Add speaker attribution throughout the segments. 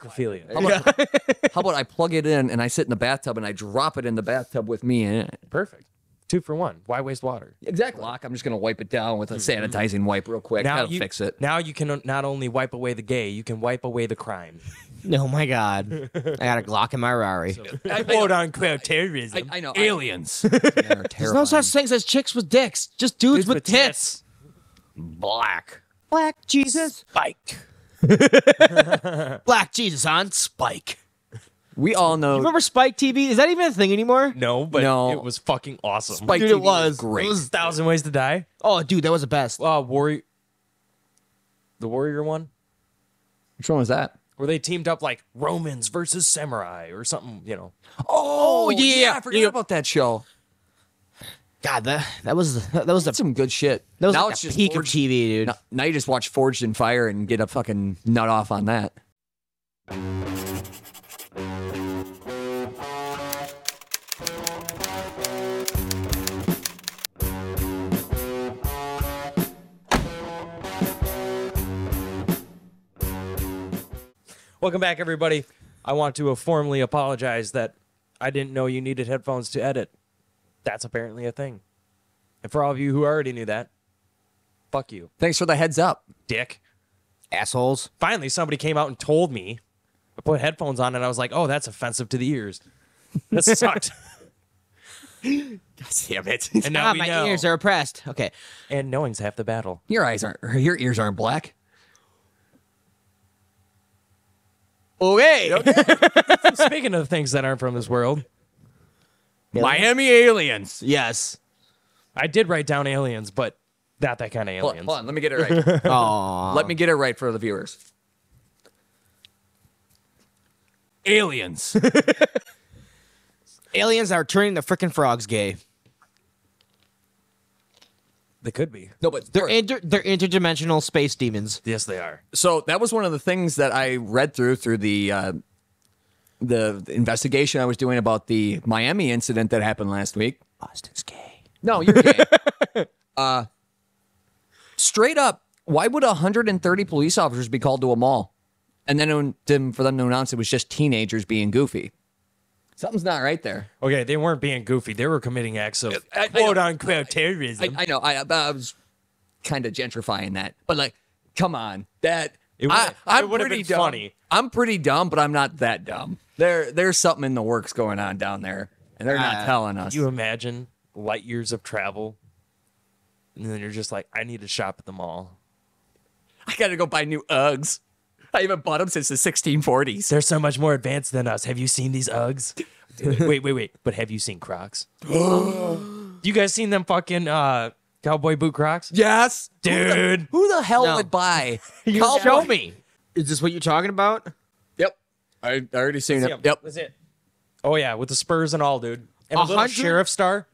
Speaker 1: Necrophilia.
Speaker 2: How about, how about I plug it in and I sit in the bathtub and I drop it in the bathtub with me in it?
Speaker 1: Perfect. Two for one. Why waste water?
Speaker 2: Exactly. Lock, I'm just going to wipe it down with a
Speaker 3: Mm-hmm.
Speaker 2: sanitizing wipe real quick. That'll
Speaker 1: you,
Speaker 2: fix it.
Speaker 1: Now you can not only wipe away the gay, you can wipe away the crime.
Speaker 3: Oh my god, I got a Glock in my Rari.
Speaker 1: I vote on crowd terrorism.
Speaker 2: I know.
Speaker 1: Aliens.
Speaker 3: There's no such things as chicks with dicks, just dudes with tits.
Speaker 2: Black.
Speaker 3: Black Jesus,
Speaker 1: Spike.
Speaker 3: Black Jesus on Spike.
Speaker 2: We all know.
Speaker 3: Remember Spike TV? Is that even a thing anymore?
Speaker 1: No, but
Speaker 2: No.
Speaker 1: it was fucking awesome.
Speaker 2: Spike
Speaker 3: Dude,
Speaker 2: TV
Speaker 3: it was
Speaker 2: great.
Speaker 3: It was-
Speaker 1: Thousand Ways to Die.
Speaker 3: oh, dude, that was the best.
Speaker 1: Uh, Warrior. The Warrior one?
Speaker 2: Which one was that?
Speaker 1: Where they teamed up like Romans versus Samurai or something, you know.
Speaker 2: Oh,
Speaker 3: yeah,
Speaker 2: I forgot
Speaker 3: yeah.
Speaker 2: about that show.
Speaker 3: God, that that was that was the
Speaker 2: That's some good shit.
Speaker 3: that was
Speaker 2: now
Speaker 3: like
Speaker 2: it's
Speaker 3: the
Speaker 2: just
Speaker 3: peak of
Speaker 2: Forged-
Speaker 3: TV, dude.
Speaker 2: Now, now you just watch Forged in Fire and get a fucking nut off on that.
Speaker 1: Welcome back, everybody. I want to uh, formally apologize that I didn't know you needed headphones to edit. That's apparently a thing. And for all of you who already knew that, fuck you,
Speaker 2: Thanks for the heads up.
Speaker 1: dick.
Speaker 3: Assholes.
Speaker 1: Finally, somebody came out and told me. I put headphones on and I was like, oh, that's offensive to the ears. That sucked.
Speaker 2: Damn it.
Speaker 1: and now
Speaker 3: ah,
Speaker 1: we
Speaker 3: my
Speaker 1: know.
Speaker 3: ears are oppressed. Okay,
Speaker 1: and knowing's half the battle.
Speaker 2: your eyes aren't, or your ears aren't black.
Speaker 3: okay.
Speaker 1: Speaking of things that aren't from this world,
Speaker 2: Miami aliens.
Speaker 3: yes.
Speaker 1: I did write down aliens, but not that kind of
Speaker 2: Hold on,
Speaker 1: aliens.
Speaker 2: hold on, let me get it right.
Speaker 3: Oh,
Speaker 2: let me get it right for the viewers. Aliens.
Speaker 3: aliens are turning the freaking frogs gay.
Speaker 1: They could be.
Speaker 2: no, but
Speaker 3: They're inter- they're interdimensional space demons.
Speaker 1: Yes, they are.
Speaker 2: so that was one of the things that I read through through the uh, the the investigation I was doing about the Miami incident that happened last week.
Speaker 3: Austin's gay.
Speaker 2: No, you're gay. uh, straight up, why would 130 police officers be called to a mall, and then to- for them to announce it was just teenagers being goofy? Something's not right there.
Speaker 1: Okay, they weren't being goofy. They were committing acts of
Speaker 2: I- I know.
Speaker 1: quote unquote terrorism.
Speaker 2: I, I know. I, I was kind of gentrifying that, but like, come on, that
Speaker 1: It would-
Speaker 2: I,
Speaker 1: it
Speaker 2: I'm
Speaker 1: would've
Speaker 2: pretty
Speaker 1: been
Speaker 2: dumb.
Speaker 1: funny.
Speaker 2: I'm pretty dumb, but I'm not that dumb. There, there's something in the works going on down there, and they're not
Speaker 3: Uh,
Speaker 2: telling us.
Speaker 1: Could Ah, you imagine light years of travel? And then you're just like, I need to shop at the mall.
Speaker 2: I gotta go buy new Uggs. I haven't bought them since the 1640s.
Speaker 1: They're so much more advanced than us. Have you seen these Uggs? wait, wait, wait. But have you seen Crocs? you guys seen them fucking uh, cowboy boot Crocs?
Speaker 2: Yes,
Speaker 1: Dude.
Speaker 2: Who the hell
Speaker 3: No.
Speaker 2: would buy?
Speaker 3: You
Speaker 2: cowboy-
Speaker 3: show me. Is this what you're talking about?
Speaker 2: Yep, I, I already seen
Speaker 1: Yeah,
Speaker 2: it. Yep,
Speaker 1: That's it. Oh yeah, with the Spurs and all, dude. And a
Speaker 3: A
Speaker 1: little
Speaker 3: hundred-
Speaker 1: sheriff star.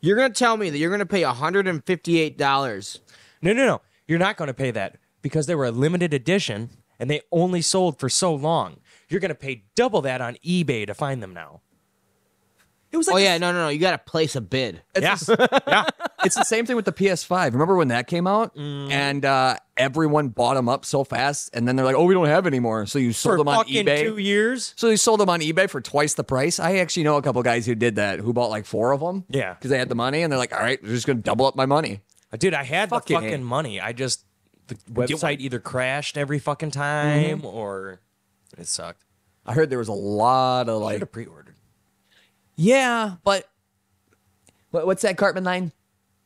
Speaker 3: You're gonna tell me that you're gonna pay 158 dollars.
Speaker 1: No, no, no. You're not going to pay that because they were a limited edition and they only sold for so long. You're going to pay double that on eBay to find them now.
Speaker 2: it was like
Speaker 3: Oh
Speaker 2: the-
Speaker 3: yeah, no, no, no. You gotta place a bid.
Speaker 1: Yeah.
Speaker 2: it's the same thing with the PS5. Remember when that came out
Speaker 1: Mm.
Speaker 2: and uh, everyone bought them up so fast, and then they're like, "Oh, we don't have any more." So you sold
Speaker 1: for
Speaker 2: them on
Speaker 1: fucking
Speaker 2: eBay.
Speaker 1: two years.
Speaker 2: so you sold them on eBay for twice the price. I actually know a couple guys who did that, who bought like four of them.
Speaker 1: Yeah.
Speaker 2: because they had the money, and they're like, "All right, we're just gonna double up my money."
Speaker 1: Dude, I had
Speaker 2: Fucking
Speaker 1: the fucking
Speaker 2: hate.
Speaker 1: money. I just the website Mm-hmm. either crashed every fucking time or it sucked.
Speaker 2: I heard there was a lot
Speaker 1: I should
Speaker 2: of like,
Speaker 1: have pre-ordered.
Speaker 2: yeah, but what, what's that Cartman line?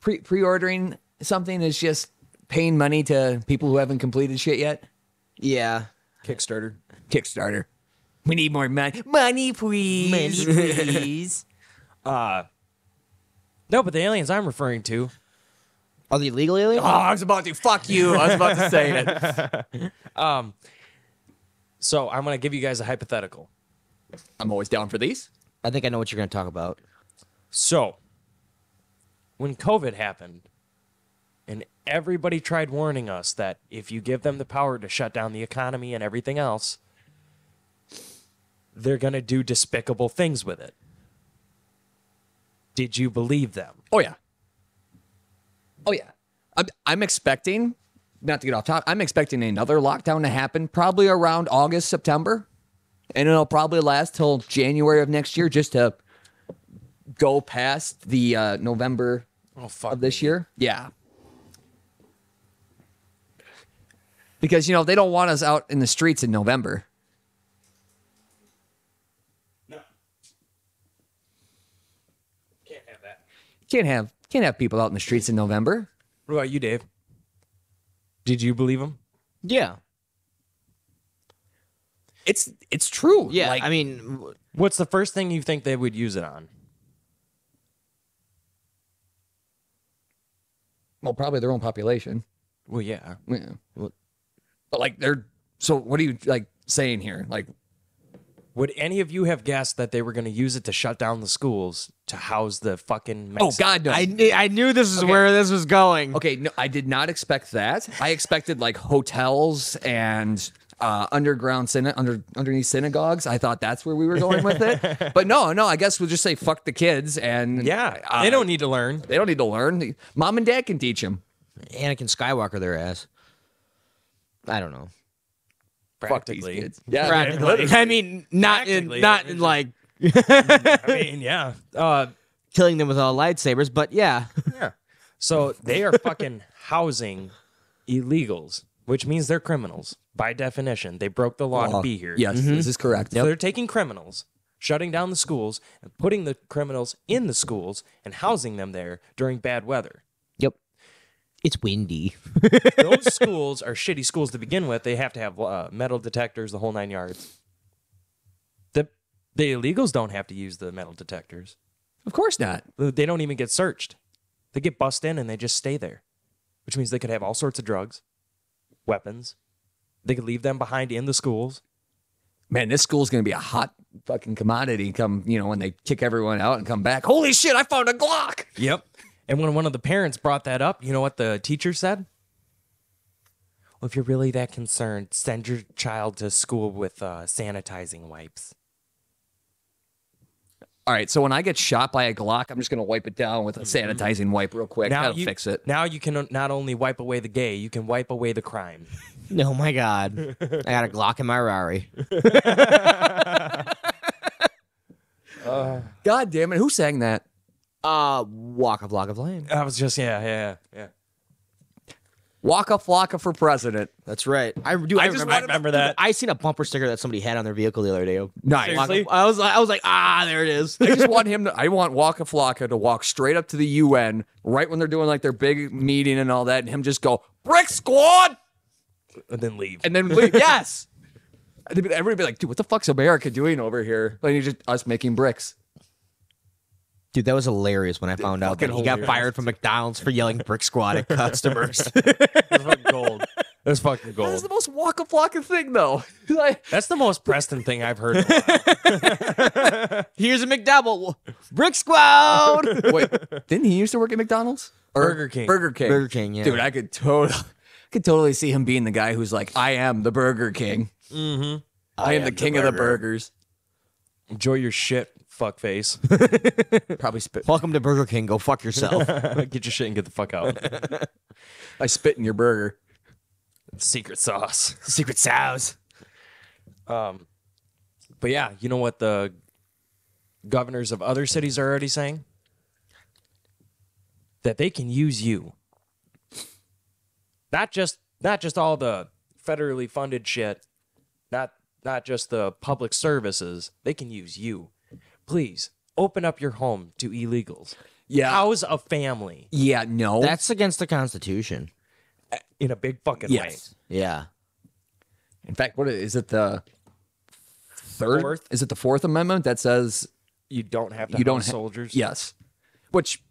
Speaker 2: Pre pre ordering something is just paying money to people who haven't completed shit yet.
Speaker 3: Yeah.
Speaker 1: Kickstarter.
Speaker 2: Kickstarter. We need more money. Money, please.
Speaker 3: please.
Speaker 1: No, but the aliens I'm referring to
Speaker 3: Are they legal aliens?
Speaker 2: Oh, I was about to fuck you. I was about to say it.
Speaker 1: So I'm going to give you guys a hypothetical.
Speaker 2: I'm always down for these.
Speaker 3: I think I know what you're gonna talk about.
Speaker 1: So when COVID happened, and everybody tried warning us that if you give them the power to shut down the economy and everything else, they're going to do despicable things with it. Did you believe them?
Speaker 2: Oh yeah. Oh yeah. I'm I'm expecting not to get off top, I'm expecting another lockdown to happen probably around August, September. And it'll probably last till January of next year just to go past the uh, November
Speaker 1: Oh fuck.
Speaker 2: of this year. Yeah. Because, you know, they don't want us out in the streets in November.
Speaker 1: Can't have that.
Speaker 2: Can't have can't have people out in the streets in November.
Speaker 1: What about you, Dave? Did you believe him?
Speaker 3: Yeah.
Speaker 2: It's it's true.
Speaker 3: Yeah.
Speaker 2: Like,
Speaker 3: I mean, w-
Speaker 1: What's the first thing you think they would use it on?
Speaker 2: well, probably their own population.
Speaker 1: Well, yeah.
Speaker 2: Yeah. But like they're so what are you like saying here? Like
Speaker 1: Would any of you have guessed that they were going to use it to shut down the schools to house the fucking?
Speaker 2: oh
Speaker 1: Mexicans?
Speaker 2: god no.
Speaker 3: I, kn- I knew this is where this was going.
Speaker 2: okay, no I did not expect that. I expected like hotels and uh, underground syna- under underneath synagogues. I thought that's where we were going with it. But no, no, I guess we'll just say fuck the kids and
Speaker 1: Yeah,
Speaker 2: uh,
Speaker 1: they don't need to learn.
Speaker 2: they don't need to learn. Mom and dad can teach them.
Speaker 3: Anakin Skywalker their ass. I don't know.
Speaker 2: Fuck these
Speaker 1: Practically.
Speaker 2: kids. Yeah.
Speaker 3: Practically. I mean, not in,
Speaker 1: Practically,
Speaker 3: not
Speaker 1: I mean,
Speaker 3: in like
Speaker 1: I mean, yeah. Uh,
Speaker 3: killing them with all lightsabers, but yeah.
Speaker 1: yeah. So they are fucking housing illegals, which means they're criminals by definition. They broke the law to be here. Mm-hmm.
Speaker 2: Yes, this is correct.
Speaker 1: So they're taking criminals, shutting down the schools, and putting the criminals in the schools and housing them there during bad weather.
Speaker 3: Yep. It's windy.
Speaker 1: Those schools are shitty schools to begin with. They have to have uh, metal detectors, the whole nine yards. The the illegals don't have to use the metal detectors.
Speaker 2: Of course not.
Speaker 1: They don't even get searched. They get bussed in and they just stay there, which means they could have all sorts of drugs, weapons. They could leave them behind in the schools.
Speaker 2: Man, this school's gonna be a hot fucking commodity come, you know, when they kick everyone out and come back. Holy shit, I found a Glock.
Speaker 1: Yep. And when one of the parents brought that up, you know what the teacher said? Well, if you're really that concerned, send your child to school with uh, sanitizing wipes.
Speaker 2: All right, so when I get shot by a Glock, I'm just gonna wipe it down with a sanitizing wipe real quick. That'll
Speaker 1: you,
Speaker 2: fix it.
Speaker 1: Now you can not only wipe away the gay, you can wipe away the crime.
Speaker 3: Oh my god. I got a Glock in my Rari.
Speaker 2: God damn it, who sang that?
Speaker 3: Uh walk a block of flame.
Speaker 1: I was just yeah, yeah, yeah.
Speaker 2: Waka Flocka for president.
Speaker 3: That's right. I do
Speaker 1: I
Speaker 3: I,
Speaker 1: just
Speaker 3: remember,
Speaker 1: wanted to- remember that.
Speaker 3: I seen a bumper sticker that somebody had on their vehicle the other day.
Speaker 2: Nice.
Speaker 3: Waka-
Speaker 1: Seriously?
Speaker 3: I was I was like, ah, there it is.
Speaker 2: I just want him to I want Waka Flocka to walk straight up to the UN right when they're doing like their big meeting and all that, and him just go, Brick Squad!
Speaker 1: And then leave.
Speaker 2: and then leave. yes. And they'd be- Everybody be like, dude, what the fuck's America doing over here? Like, you just us making bricks.
Speaker 3: Dude, that was hilarious when I found out that
Speaker 1: fucking
Speaker 3: he got
Speaker 1: hilarious.
Speaker 3: fired from McDonald's for yelling brick squad at customers.
Speaker 1: That's fucking gold. That's fucking
Speaker 2: That's
Speaker 1: gold.
Speaker 2: the most walk a flocka thing, though. like,
Speaker 1: That's the most Preston thing I've heard. in a while.
Speaker 3: Here's a McDouble. Brick squad.
Speaker 2: wait, didn't he used to work at McDonald's? Or-
Speaker 1: Burger King.
Speaker 2: Burger King.
Speaker 3: Burger King, yeah.
Speaker 2: Dude, I could totally, I could totally see him being the guy who's like, I am the Burger King. Mm-hmm. I, am, the king of the burgers.
Speaker 1: Enjoy your shit, fuckface.
Speaker 2: Probably spit.
Speaker 3: Welcome to Burger King. Go fuck yourself.
Speaker 1: get your shit and get the fuck out.
Speaker 2: I spit in your burger.
Speaker 1: Secret sauce.
Speaker 3: Secret sauce.
Speaker 1: But yeah, you know what the governors of other cities are already saying? That they can use you. Not just not just all the federally funded shit, not not just the public services. They can use you. Please open up your home to illegals.
Speaker 2: Yeah.
Speaker 1: House a family
Speaker 2: Yeah, no.
Speaker 3: That's against the Constitution.
Speaker 1: in a big fucking way.
Speaker 2: yes.
Speaker 3: Yeah.
Speaker 2: In fact, what is it? The third?
Speaker 1: Fourth?
Speaker 2: Is it the Fourth Amendment that says
Speaker 1: You don't have to
Speaker 2: you don't
Speaker 1: house
Speaker 2: ha-
Speaker 1: soldiers.
Speaker 2: Yes, which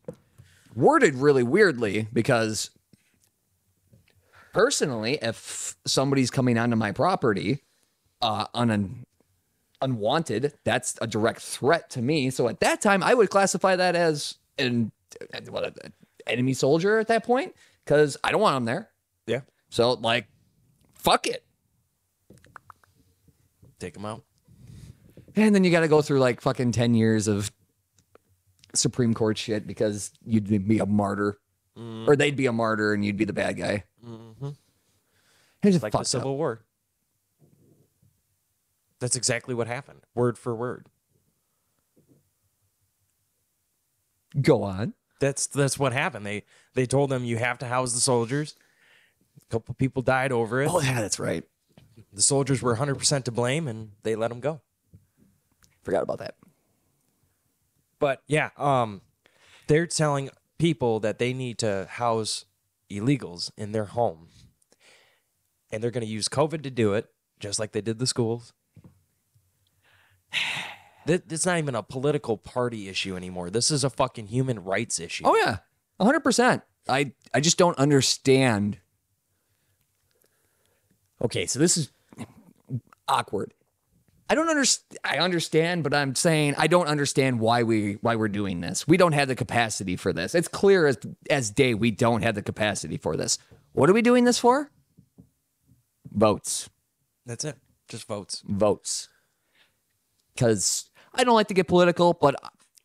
Speaker 2: worded really weirdly because personally, if somebody's coming onto my property uh, on an unwanted, that's a direct threat to me. So at that time, I would classify that as an what, an enemy soldier at that point because I don't want them there.
Speaker 1: Yeah.
Speaker 2: So like, fuck it.
Speaker 1: Take them out.
Speaker 2: And then you got to go through like fucking 10 years of Supreme Court shit
Speaker 1: Mm.
Speaker 2: because you'd be a martyr or they'd be a martyr and you'd be the bad guy. Here's
Speaker 1: Mm-hmm. like
Speaker 2: fucked
Speaker 1: the
Speaker 2: up.
Speaker 1: Civil War. That's exactly what happened, word for word.
Speaker 2: Go on.
Speaker 1: That's that's what happened. They they told them you have to house the soldiers. A couple people died over it.
Speaker 2: Oh yeah, that's right.
Speaker 1: The soldiers were 100% to blame and they let them go.
Speaker 2: Forgot about that.
Speaker 1: But yeah, um they're telling people that they need to house illegals in their home. And they're going to use COVID to do it, just like they did the schools. Th- It's not even a political party issue anymore. This is a fucking human rights issue.
Speaker 2: Oh yeah, hundred percent. I I just don't understand. Okay, so this is awkward. I don't understand. I understand, but I'm saying I don't understand why we why we're doing this. We don't have the capacity for this. It's clear as as day we don't have the capacity for this. What are we doing this for? Votes,
Speaker 1: That's it. Just votes.
Speaker 2: votes. Because I don't like to get political, but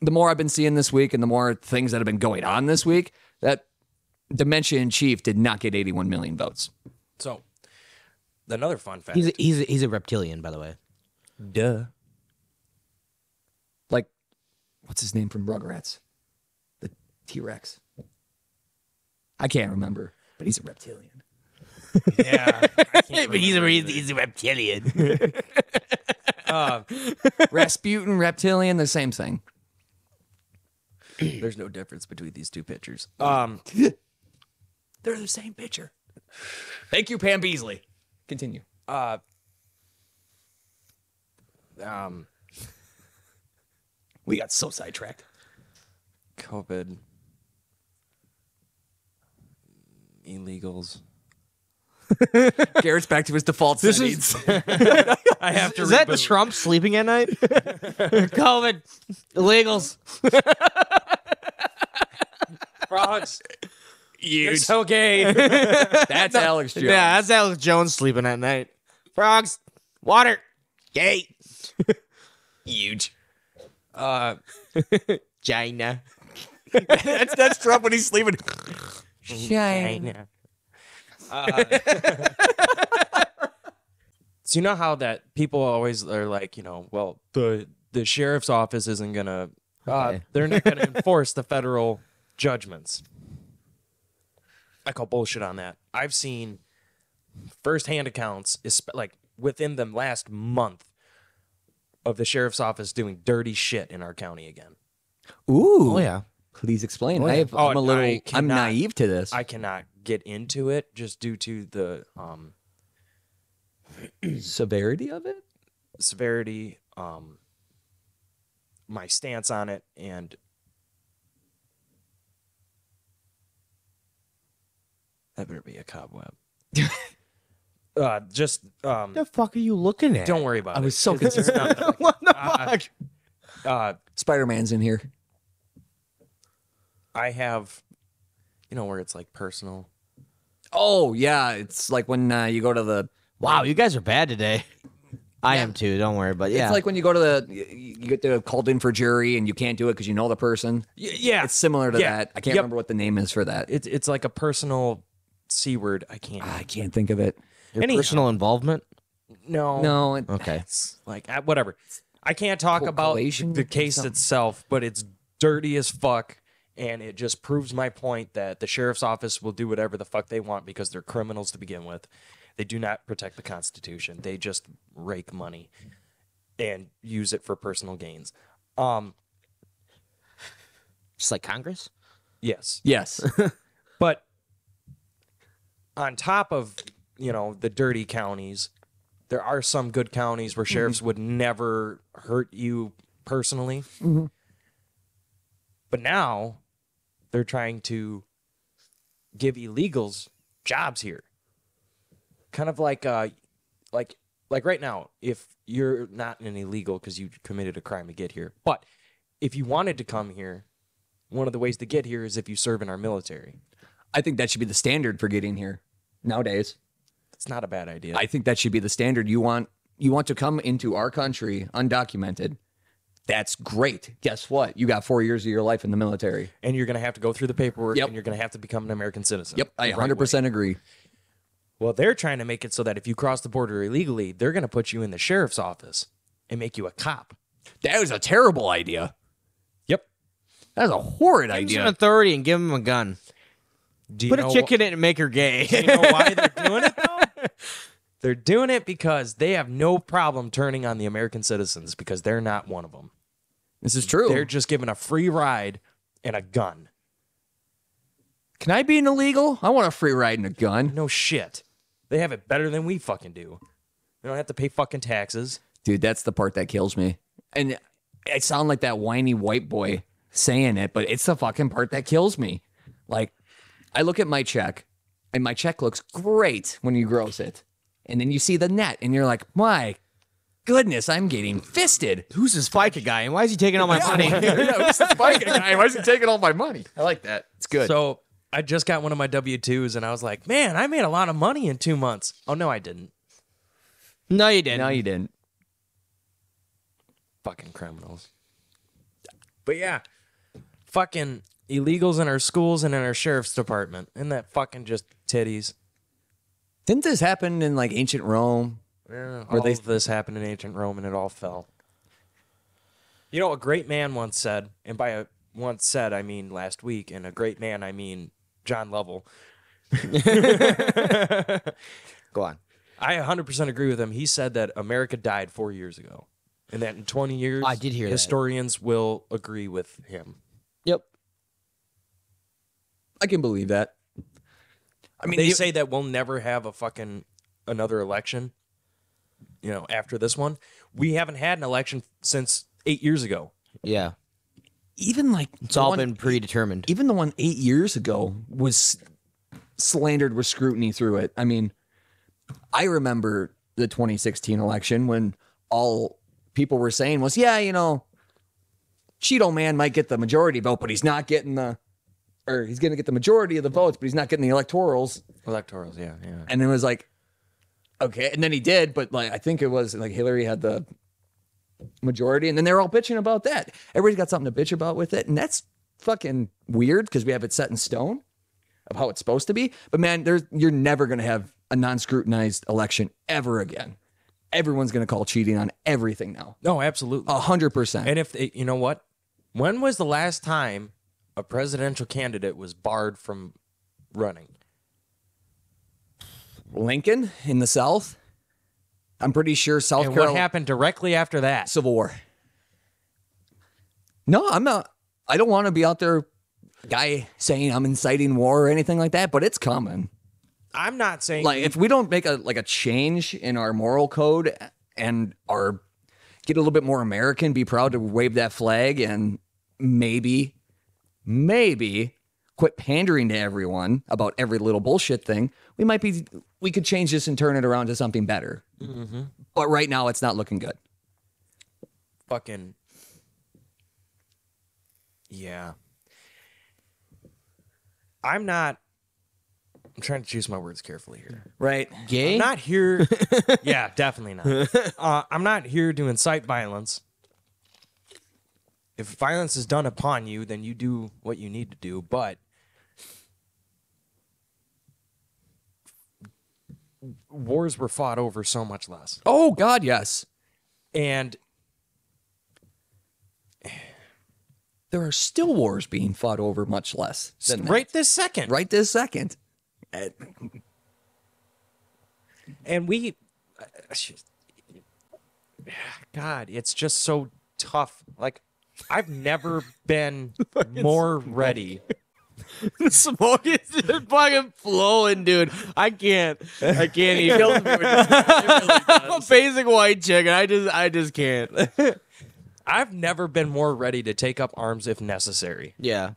Speaker 2: the more I've been seeing this week and the more things that have been going on this week, that Dementia in Chief did not get 81 million votes.
Speaker 1: So, another fun fact.
Speaker 3: He's a, he's a, he's a reptilian, by the way.
Speaker 1: duh.
Speaker 2: Like, what's his name from Rugrats? The T Rex. I can't remember, but he's a reptilian.
Speaker 1: Yeah.
Speaker 3: but he's a he's, he's a reptilian.
Speaker 2: Rasputin, reptilian, the same thing.
Speaker 1: There's no difference between these two pictures. Um,
Speaker 2: They're the same picture. Thank you, Pam Beasley. Continue.
Speaker 1: um,
Speaker 2: We got so sidetracked.
Speaker 1: COVID, illegals.
Speaker 2: Garrett's back to his default
Speaker 3: This
Speaker 2: settings.
Speaker 3: is
Speaker 1: I have to.
Speaker 3: is that
Speaker 1: reboot.
Speaker 3: Trump sleeping at night? COVID, illegals.
Speaker 1: frogs? You're so gay.
Speaker 2: That's Alex Jones.
Speaker 3: Yeah, that's Alex Jones sleeping at night. Frogs, water, gay,
Speaker 2: huge.
Speaker 1: uh,
Speaker 3: China.
Speaker 2: that's that's Trump when he's sleeping.
Speaker 1: China. so you know how that people always are like, you know, well, the the sheriff's office isn't gonna, uh,
Speaker 2: Okay.
Speaker 1: they're not gonna enforce the federal judgments. I call bullshit on that. I've seen firsthand accounts, esp- like within the last month, of the sheriff's office doing dirty shit in our county again.
Speaker 2: Ooh.
Speaker 3: Oh yeah.
Speaker 2: Please explain.
Speaker 3: yeah.
Speaker 2: I have,
Speaker 1: Oh,
Speaker 2: I'm a little.
Speaker 1: I
Speaker 2: I'm
Speaker 1: cannot-
Speaker 2: naive to this.
Speaker 1: I cannot get into it just due to the um,
Speaker 2: Severity of it.
Speaker 1: severity, um, my stance on it, and that better be a cobweb. uh, just um,
Speaker 3: What the fuck are you looking at?
Speaker 1: don't worry about
Speaker 2: I
Speaker 1: it.
Speaker 2: was so
Speaker 1: It's- it's
Speaker 2: concerned.
Speaker 1: not-
Speaker 3: what the fuck?
Speaker 1: uh,
Speaker 2: Spider Man's in here.
Speaker 1: I have, you know, where it's like personal.
Speaker 2: Oh yeah, it's like when uh, you go to the.
Speaker 3: Wow, you guys are bad today. I am too. Don't worry, but yeah,
Speaker 2: It's like when you go to the. You you get to called in for jury and you can't do it because you know the person.
Speaker 1: Y- yeah,
Speaker 2: It's similar to
Speaker 1: Yeah.
Speaker 2: that. I can't
Speaker 1: Yep.
Speaker 2: remember what the name is for that.
Speaker 1: it's it's like a personal c word. I can't.
Speaker 2: I can't think of it.
Speaker 3: your
Speaker 1: anyhow.
Speaker 3: personal involvement.
Speaker 1: no,
Speaker 2: No. It,
Speaker 3: Okay.
Speaker 1: It's like I- whatever. I can't talk
Speaker 2: Co-
Speaker 1: about the,
Speaker 2: collation
Speaker 1: the
Speaker 2: or
Speaker 1: case
Speaker 2: something?
Speaker 1: itself, but it's dirty as fuck, and it just proves my point that the sheriff's office will do whatever the fuck they want because they're criminals to begin with. They do not protect the Constitution. They just rake money and use it for personal gains. Um,
Speaker 3: Just like Congress.
Speaker 1: yes,
Speaker 2: Yes.
Speaker 1: But on top of you know the dirty counties, there are some good counties where sheriffs would never hurt you personally. But now they're trying to give illegals jobs here, kind of like uh, like like right now, if you're not an illegal because you committed a crime to get here, but if you wanted to come here, one of the ways to get here is if you serve in our military.
Speaker 2: I think that should be the standard for getting here nowadays.
Speaker 1: It's not a bad idea.
Speaker 2: I think that should be the standard. You want you want to come into our country undocumented. That's great. Guess what? You got four years of your life in the military.
Speaker 1: and you're going to have to go through the paperwork
Speaker 2: Yep.
Speaker 1: and you're going to have to become an American citizen.
Speaker 2: Yep, I
Speaker 1: The right way.
Speaker 2: 100% agree.
Speaker 1: Well, they're trying to make it so that if you cross the border illegally, they're going to put you in the sheriff's office and make you a cop.
Speaker 2: That was a terrible idea.
Speaker 1: Yep.
Speaker 2: That was a horrid
Speaker 3: Give him some
Speaker 2: idea.
Speaker 3: authority and give him a gun.
Speaker 1: Do you
Speaker 3: Put
Speaker 1: know
Speaker 3: a
Speaker 1: wh-
Speaker 3: chick in it and make her gay.
Speaker 1: you know why they're doing it though? They're doing it because they have no problem turning on the American citizens because they're not one of them.
Speaker 2: This is true.
Speaker 1: They're just given a free ride and a gun.
Speaker 2: Can I be an illegal? I want a free ride and a gun.
Speaker 1: No shit. They have it better than we fucking do. They don't have to pay fucking taxes.
Speaker 2: Dude, that's the part that kills me. And I sound like that whiny white boy saying it, but it's the fucking part that kills me. Like, I look at my check, and my check looks great when you gross it. And then you see the net, and you're like, my goodness, I'm getting fisted.
Speaker 3: Who's this FICA guy and why is he taking all my money?
Speaker 2: Why is he taking all my money? I like that. It's good.
Speaker 1: So I just got one of my W 2s and I was like, man, I made a lot of money in two months. Oh, no, I didn't.
Speaker 3: no, you didn't.
Speaker 2: no, you didn't.
Speaker 1: Fucking criminals. But yeah, fucking illegals in our schools and in our sheriff's department. Isn't that fucking just titties?
Speaker 2: Didn't this happen in like ancient Rome?
Speaker 1: Yeah,
Speaker 2: Or
Speaker 1: all
Speaker 2: they-
Speaker 1: of this happened in ancient Rome, and it all fell. You know, a great man once said, and by a once said, I mean last week, and a great man, I mean John Lovell.
Speaker 3: Go on.
Speaker 1: I 100% agree with him. He said that America died four years ago, and that in 20 years,
Speaker 3: I did hear that.
Speaker 1: historians will agree with him.
Speaker 2: Yep. I can believe that. I mean,
Speaker 1: They
Speaker 2: you-
Speaker 1: say that we'll never have a fucking another election. You know, after this one, we haven't had an election since eight years ago.
Speaker 3: Yeah.
Speaker 2: even like
Speaker 3: It's all been predetermined.
Speaker 2: even the one eight years ago was slandered with scrutiny through it. I mean, I remember the 2016 election when all people were saying was, yeah, you know, Cheeto man might get the majority vote, but he's not getting the, or he's going to get the majority of the votes, but he's not getting the electorals.
Speaker 1: Electorals, yeah, yeah.
Speaker 2: And it was like, okay. And then he did, but like, I think it was like Hillary had the majority. And then they were all bitching about that. Everybody's got something to bitch about with it. And that's fucking weird because we have it set in stone of how it's supposed to be. But man, there's, you're never going to have a non scrutinized election ever again. Everyone's going to call cheating on everything now.
Speaker 1: No, absolutely.
Speaker 2: A hundred percent.
Speaker 1: And if they, you know what, when was the last time a presidential candidate was barred from running?
Speaker 2: Lincoln in the South. I'm pretty sure South
Speaker 1: And what
Speaker 2: Carolina.
Speaker 1: happened directly after that?
Speaker 2: Civil War. No, I'm not. I don't want to be out there, guy saying I'm inciting war or anything like that. But it's coming.
Speaker 1: I'm not saying
Speaker 2: Like if we don't make a like a change in our moral code and our get a little bit more American, be proud to wave that flag, and maybe, maybe quit pandering to everyone about every little bullshit thing. We might be we could change this and turn it around to something better. But right now, it's not looking good.
Speaker 1: fucking. Yeah. I'm not. I'm trying to choose my words carefully here.
Speaker 2: Right?
Speaker 3: Gay?
Speaker 1: I'm not here. yeah, definitely not. Uh, I'm not here to incite violence. If violence is done upon you, then you do what you need to do. But wars were fought over so much less.
Speaker 2: Oh God, yes.
Speaker 1: And
Speaker 2: there are still wars being fought over much less than that.
Speaker 1: right this second,
Speaker 2: right this second.
Speaker 1: and we uh, shit. god it's just so tough like i've never been more ready
Speaker 3: The smoke is just fucking flowing, dude. I can't. I can't even. I'm a basic white chick, and I just, I just can't.
Speaker 1: i've never been more ready to take up arms if necessary
Speaker 3: yeah.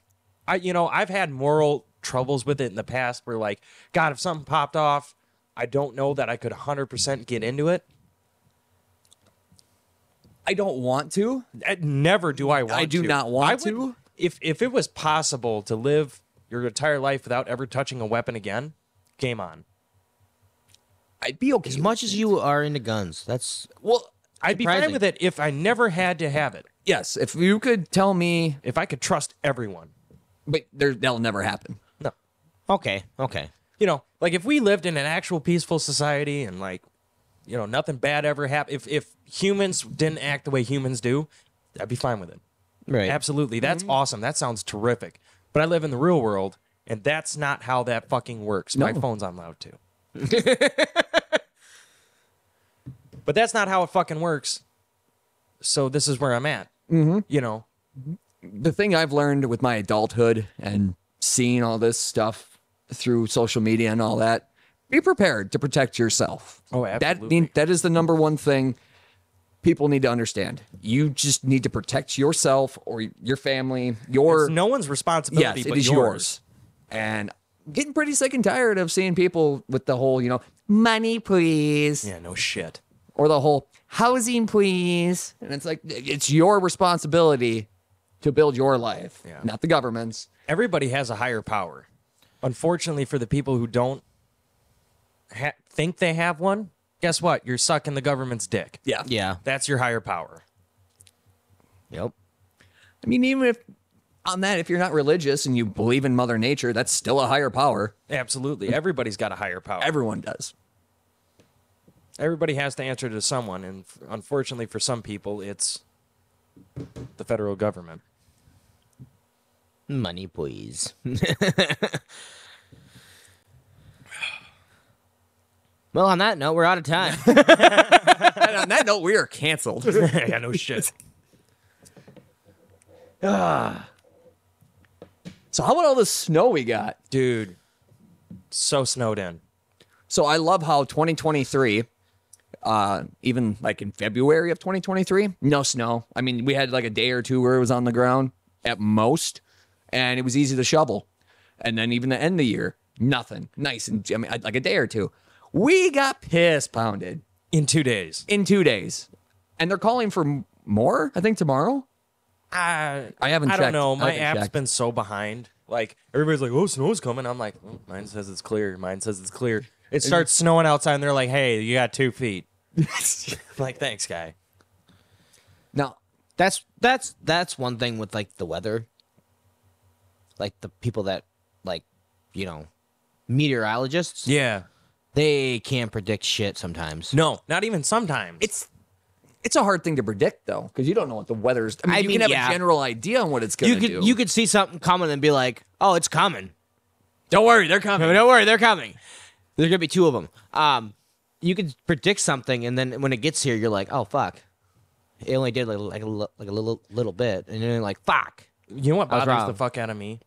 Speaker 1: i you know i've had moral troubles with it in the past where like god if something popped off i don't know that i could 100% get into it
Speaker 2: I don't want to.
Speaker 1: I- Eh, never do I want to.
Speaker 2: I do not want
Speaker 1: would-
Speaker 2: to.
Speaker 1: If if it was possible to live your entire life without ever touching a weapon again, game on.
Speaker 2: I'd be okay.
Speaker 3: As much as you are into guns, that's
Speaker 2: well,
Speaker 1: I'd be
Speaker 3: Surprising.
Speaker 1: fine with it if I never had to have it.
Speaker 2: yes. If you could tell me,
Speaker 1: If I could trust everyone.
Speaker 2: but there, that'll never happen.
Speaker 1: No.
Speaker 3: okay. Okay.
Speaker 1: you know, like if we lived in an actual peaceful society and like, you know, nothing bad ever happened, if if humans didn't act the way humans do, I'd be fine with it.
Speaker 3: Right.
Speaker 1: Absolutely. That's awesome. That sounds terrific. But I live in the real world, and that's not how that fucking works. My
Speaker 2: No.
Speaker 1: phone's on loud too. but that's not how it fucking works. So this is where I'm at. Mm-hmm. You know,
Speaker 2: the thing I've learned with my adulthood and seeing all this stuff through social media and all that, be prepared to protect yourself.
Speaker 1: Oh,
Speaker 2: That
Speaker 1: absolutely.
Speaker 2: mean, that is the number one thing people need to understand. You just need to protect yourself or your family, your
Speaker 1: it's no one's responsibility
Speaker 2: yes,
Speaker 1: but
Speaker 2: it is yours. And getting pretty sick and tired of seeing people with the whole, you know, money please
Speaker 1: Yeah, no shit.
Speaker 2: or the whole housing please and it's like it's your responsibility to build your life
Speaker 1: Yeah.
Speaker 2: not the government's
Speaker 1: Everybody has a higher power. Unfortunately, for the people who don't ha- think they have one, guess what? You're sucking the government's dick.
Speaker 2: yeah
Speaker 3: Yeah.
Speaker 1: That's your higher power.
Speaker 3: Yep.
Speaker 2: i mean even if on that if you're not religious and you believe in mother nature that's still a higher power
Speaker 1: Absolutely. Everybody's got a higher power.
Speaker 2: everyone does
Speaker 1: Everybody has to answer to someone. And f- unfortunately, for some people, it's the federal government.
Speaker 3: Money, please. well, on that note, we're out of time.
Speaker 2: and on that note we are canceled
Speaker 1: yeah, no shit.
Speaker 2: so how about all the snow we got
Speaker 1: Dude, so snowed in.
Speaker 2: so i love how 2023 uh even like in february of 2023 no snow i mean we had like a day or two where it was on the ground at most and it was easy to shovel and then even the end of the year nothing nice and i mean like a day or two we got piss pounded
Speaker 1: In two days.
Speaker 2: in two days and they're calling for m- more i think tomorrow
Speaker 1: I,
Speaker 2: I haven't
Speaker 1: I don't
Speaker 2: checked.
Speaker 1: know.
Speaker 2: I
Speaker 1: My
Speaker 2: haven't
Speaker 1: app's
Speaker 2: checked.
Speaker 1: been so behind. Like everybody's like, "Oh, snow's coming." I'm like, "Mm, "Mine says it's clear. Mine says it's clear." It starts snowing outside, and they're like, "Hey, you got two feet." I'm like, thanks, guy.
Speaker 2: now
Speaker 3: that's that's that's one thing with like the weather. Like the people that like, you know, meteorologists,
Speaker 1: Yeah.
Speaker 3: they can't predict shit sometimes.
Speaker 1: No, not even sometimes.
Speaker 2: it's it's a hard thing to predict though because you don't know what the weather's i mean
Speaker 3: I
Speaker 2: you
Speaker 3: mean,
Speaker 2: can have
Speaker 3: yeah.
Speaker 2: a general idea on what it's gonna
Speaker 3: you
Speaker 2: do
Speaker 3: could you could see something coming and be like, "Oh, it's coming."
Speaker 2: don't worry they're coming
Speaker 3: I mean, don't worry, they're coming. There's gonna be two of them. Um, you could predict something, and then when it gets here, you're like, "Oh fuck!" It only did like like a, li- like a little little bit, and then you're like, "Fuck!"
Speaker 1: You know what
Speaker 3: I was
Speaker 1: bothers the
Speaker 3: wrong.
Speaker 1: fuck out of me?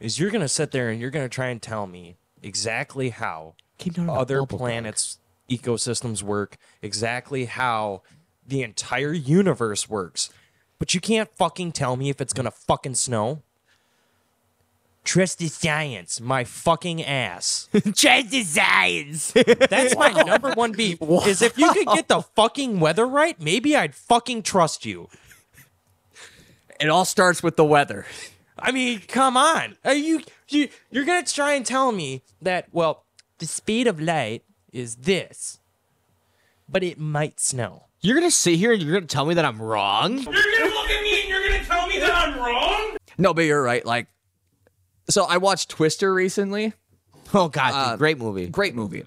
Speaker 1: Is you're gonna sit there and you're gonna try and tell me exactly how
Speaker 3: Keep talking about
Speaker 1: other
Speaker 3: bubble gum.
Speaker 1: planets' ecosystems work, exactly how the entire universe works. But you can't fucking tell me if it's gonna fucking snow. Trust the science, my fucking ass.
Speaker 3: Trust the science.
Speaker 1: That's my number one beef. Is if you could get the fucking weather right, maybe I'd fucking trust you.
Speaker 2: it all starts with the weather
Speaker 1: I mean, come on. Are you you you're gonna try and tell me that well, the speed of light is this, but it might snow.
Speaker 3: you're gonna sit here and you're gonna tell me that I'm wrong.
Speaker 4: You're gonna look at me and you're gonna tell me that I'm wrong?
Speaker 2: No, but you're right. Like, so I watched Twister recently.
Speaker 3: Oh god, dude,
Speaker 2: Uh,
Speaker 3: great movie.
Speaker 2: Great movie.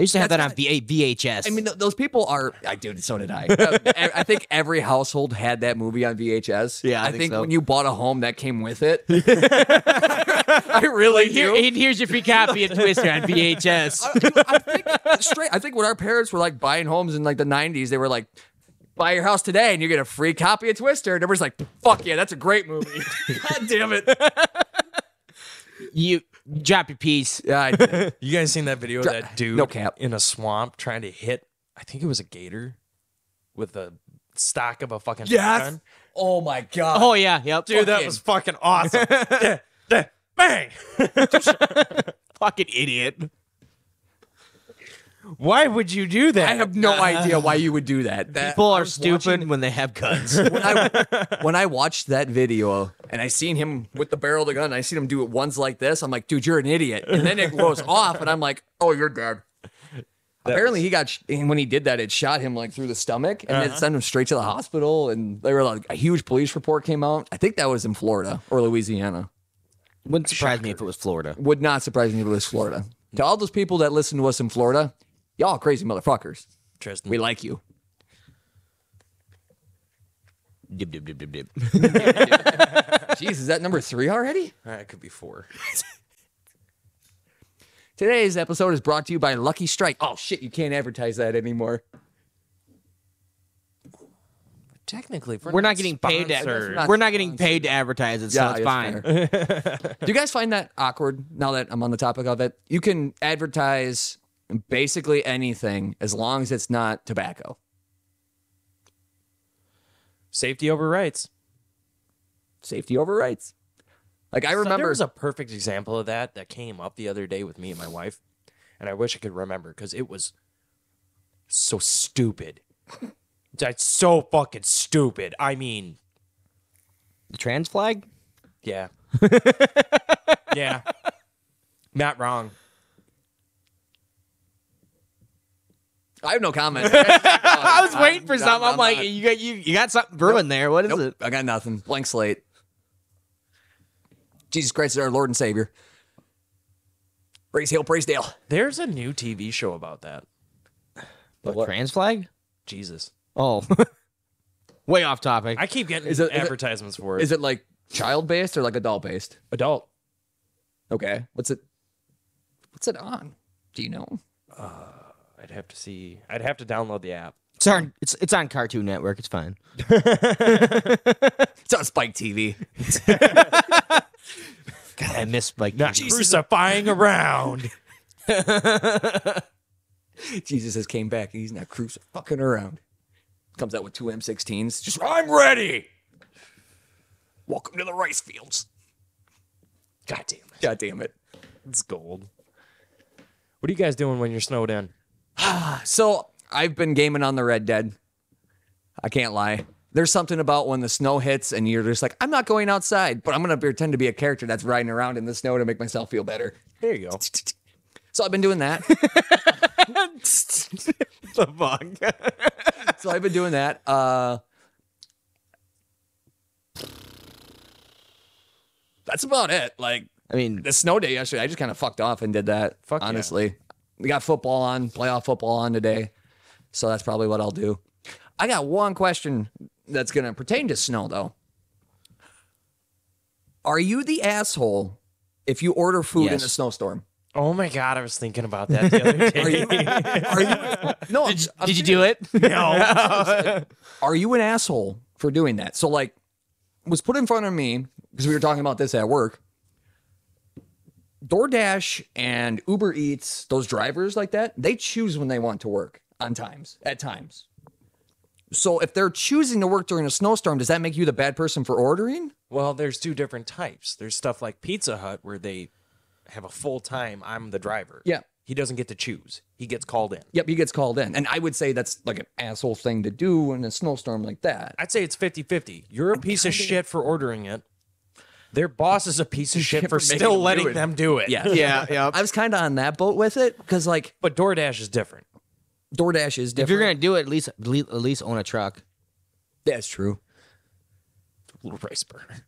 Speaker 3: I used to have that on
Speaker 2: that's
Speaker 3: v- VHS.
Speaker 2: I mean, th- those people are. I dude, so did I. Uh, I I think every household had that movie on VHS.
Speaker 3: Yeah,
Speaker 2: I
Speaker 3: I think
Speaker 2: think,
Speaker 3: so.
Speaker 2: when you bought a home, that came with it. I really
Speaker 3: Here-
Speaker 2: do.
Speaker 3: and here's your free copy of Twister on VHS.
Speaker 2: I, I think straight. I think when our parents were like buying homes in like the '90s, they were like, "Buy your house today, and you get a free copy of Twister." And everybody's like, "Fuck yeah, that's a great movie." God damn it.
Speaker 3: you drop your piece.
Speaker 2: Yeah, I did.
Speaker 1: You guys seen that video of that dude
Speaker 2: no cap.
Speaker 1: in a swamp trying to hit I think it was a gator with the stock of a fucking
Speaker 2: Yes.
Speaker 1: shotgun?
Speaker 2: Oh my god.
Speaker 3: Oh yeah, yep.
Speaker 1: Dude, that was fucking awesome. Yeah, yeah, Bang!
Speaker 3: fucking idiot.
Speaker 1: Why would you do that?
Speaker 2: I have no idea why you would do that. That-
Speaker 3: People
Speaker 2: I
Speaker 3: are
Speaker 2: was
Speaker 3: stupid
Speaker 2: watching-
Speaker 3: when they have guns.
Speaker 2: when, I, when I watched that video and I seen him with the barrel of the gun, I seen him do it once like this. I'm like, dude, you're an idiot. And then it goes off, and I'm like, oh, you're dead. Apparently, he got sh- and when he did that, it shot him like through the stomach, and it sent him straight to the hospital. And they were like, a huge police report came out. I think that was in Florida or Louisiana.
Speaker 3: Wouldn't surprise me if it was Florida.
Speaker 2: Would not surprise me if it was Florida. To all those people that listen to us in Florida, y'all crazy motherfuckers.
Speaker 1: Tristan.
Speaker 2: We like you.
Speaker 3: Dib, dib, dib, dib, dib.
Speaker 2: Jeez, is that number three already?
Speaker 1: All right, it could be four.
Speaker 2: Today's episode is brought to you by Lucky Strike. Oh shit, you can't advertise that anymore.
Speaker 1: Technically,
Speaker 3: We're not getting paid.
Speaker 1: sponsored.
Speaker 3: To, we're not getting paid to advertise it, so it's fine.
Speaker 2: fine. Do you guys find that awkward now that I'm on the topic of it? You can advertise basically anything as long as it's not tobacco.
Speaker 1: Safety over rights.
Speaker 2: Safety over rights. Like I
Speaker 1: So there
Speaker 2: remember
Speaker 1: was a perfect example of that that came up the other day with me and my wife, and I wish I could remember because it was so stupid. That's so fucking stupid. I mean,
Speaker 3: The trans flag?
Speaker 1: yeah, yeah, not wrong.
Speaker 2: I have no comment.
Speaker 3: I was waiting for
Speaker 2: I'm-
Speaker 3: something. I'm,
Speaker 2: I'm
Speaker 3: like,
Speaker 2: not-
Speaker 3: you got you, you got something brewing there. What is
Speaker 2: Nope, I got nothing. Blank slate. Jesus Christ is our Lord and Savior. Praise Hill, praise Dale.
Speaker 1: There's a new TV show about that.
Speaker 3: it? The trans flag?
Speaker 1: Jesus,
Speaker 3: Oh, way off topic.
Speaker 1: I keep getting
Speaker 2: Is it- is it-
Speaker 1: advertisements for it.
Speaker 2: Is it like child based or like adult based?
Speaker 1: Adult.
Speaker 2: Okay. What's it what's it on? Do you know?
Speaker 1: I'd have to see. I'd have to download the app.
Speaker 3: it's on it's it's on Cartoon Network. It's fine.
Speaker 2: It's on Spike TV.
Speaker 3: God, I miss like
Speaker 1: Not crucifying around.
Speaker 2: Jesus has came back and he's not cruising fucking around. Comes out with two M16s. Just I'm ready. Welcome to the rice fields.
Speaker 1: God damn it.
Speaker 2: God damn it.
Speaker 1: It's gold. What are you guys doing when you're snowed in?
Speaker 2: So I've been gaming on the Red Dead. I can't lie. There's something about when the snow hits and you're just like, I'm not going outside, but I'm gonna pretend to be a character that's riding around in the snow to make myself feel better.
Speaker 1: There you go.
Speaker 2: So I've been doing that.
Speaker 3: the fuck.
Speaker 2: so I've been doing that. Uh, that's about it. Like
Speaker 3: I mean,
Speaker 2: the snow day yesterday, I just kind of fucked off and did that.
Speaker 1: Fuck yeah.
Speaker 2: honestly, we got football on, playoff football on today, so that's probably what I'll do. I got one question that's going to pertain to snow though. Are you the asshole if you order food in
Speaker 3: Yes.
Speaker 2: a snowstorm?
Speaker 1: Oh my god, I was thinking about that the other day.
Speaker 2: Are you? Are you no. I'm- I'm
Speaker 3: did you
Speaker 2: serious.
Speaker 3: do it?
Speaker 2: are you an asshole for doing that? So like was put in front of me because we were talking about this at work. DoorDash and Uber Eats, those drivers like that, they choose when they want to work on times, at times. So if they're choosing to work during a snowstorm, does that make you the bad person for ordering?
Speaker 1: well, there's two different types. There's stuff like Pizza Hut where they have a full time. I'm the driver.
Speaker 2: Yeah.
Speaker 1: He doesn't get to choose. He gets called in.
Speaker 2: Yep, he gets called in. And I would say that's like an asshole thing to do in a snowstorm like that.
Speaker 1: I'd say it's 50-50. You're a piece of shit for ordering it. Their boss is a piece of shit for
Speaker 2: making
Speaker 1: still
Speaker 2: them do
Speaker 1: letting
Speaker 2: it.
Speaker 1: them do it.
Speaker 2: Yeah.
Speaker 3: yeah, yeah.
Speaker 2: I was kind of on that boat with it because like
Speaker 1: But DoorDash is different.
Speaker 2: DoorDash is different.
Speaker 3: If you're gonna do it, at least at least- at least own a truck.
Speaker 2: that's true.
Speaker 1: Little rice burner.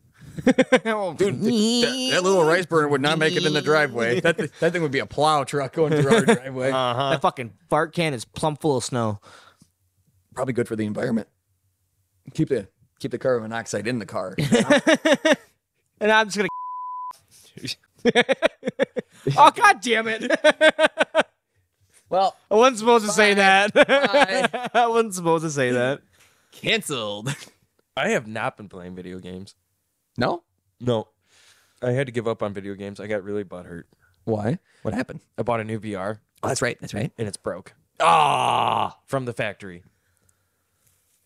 Speaker 3: Oh,
Speaker 2: Dude, th- that, that little rice burner would not make it in the driveway. That, th- that thing would be a plow truck going through our driveway.
Speaker 3: That fucking fart can is plumb full of snow.
Speaker 2: Probably good for the environment. Keep the keep the carbon monoxide in the car.
Speaker 3: And I'm just gonna. oh god damn it!
Speaker 2: well,
Speaker 3: I wasn't supposed to say that.
Speaker 2: Bye.
Speaker 3: I wasn't supposed to say that.
Speaker 2: canceled.
Speaker 1: I have not been playing video games.
Speaker 2: No,
Speaker 1: No. I had to give up on video games. I got really butthurt.
Speaker 2: why? What happened?
Speaker 1: I bought a new VR
Speaker 2: Oh, that's right. That's right.
Speaker 1: and it's broke.
Speaker 2: Ah,
Speaker 1: from the factory.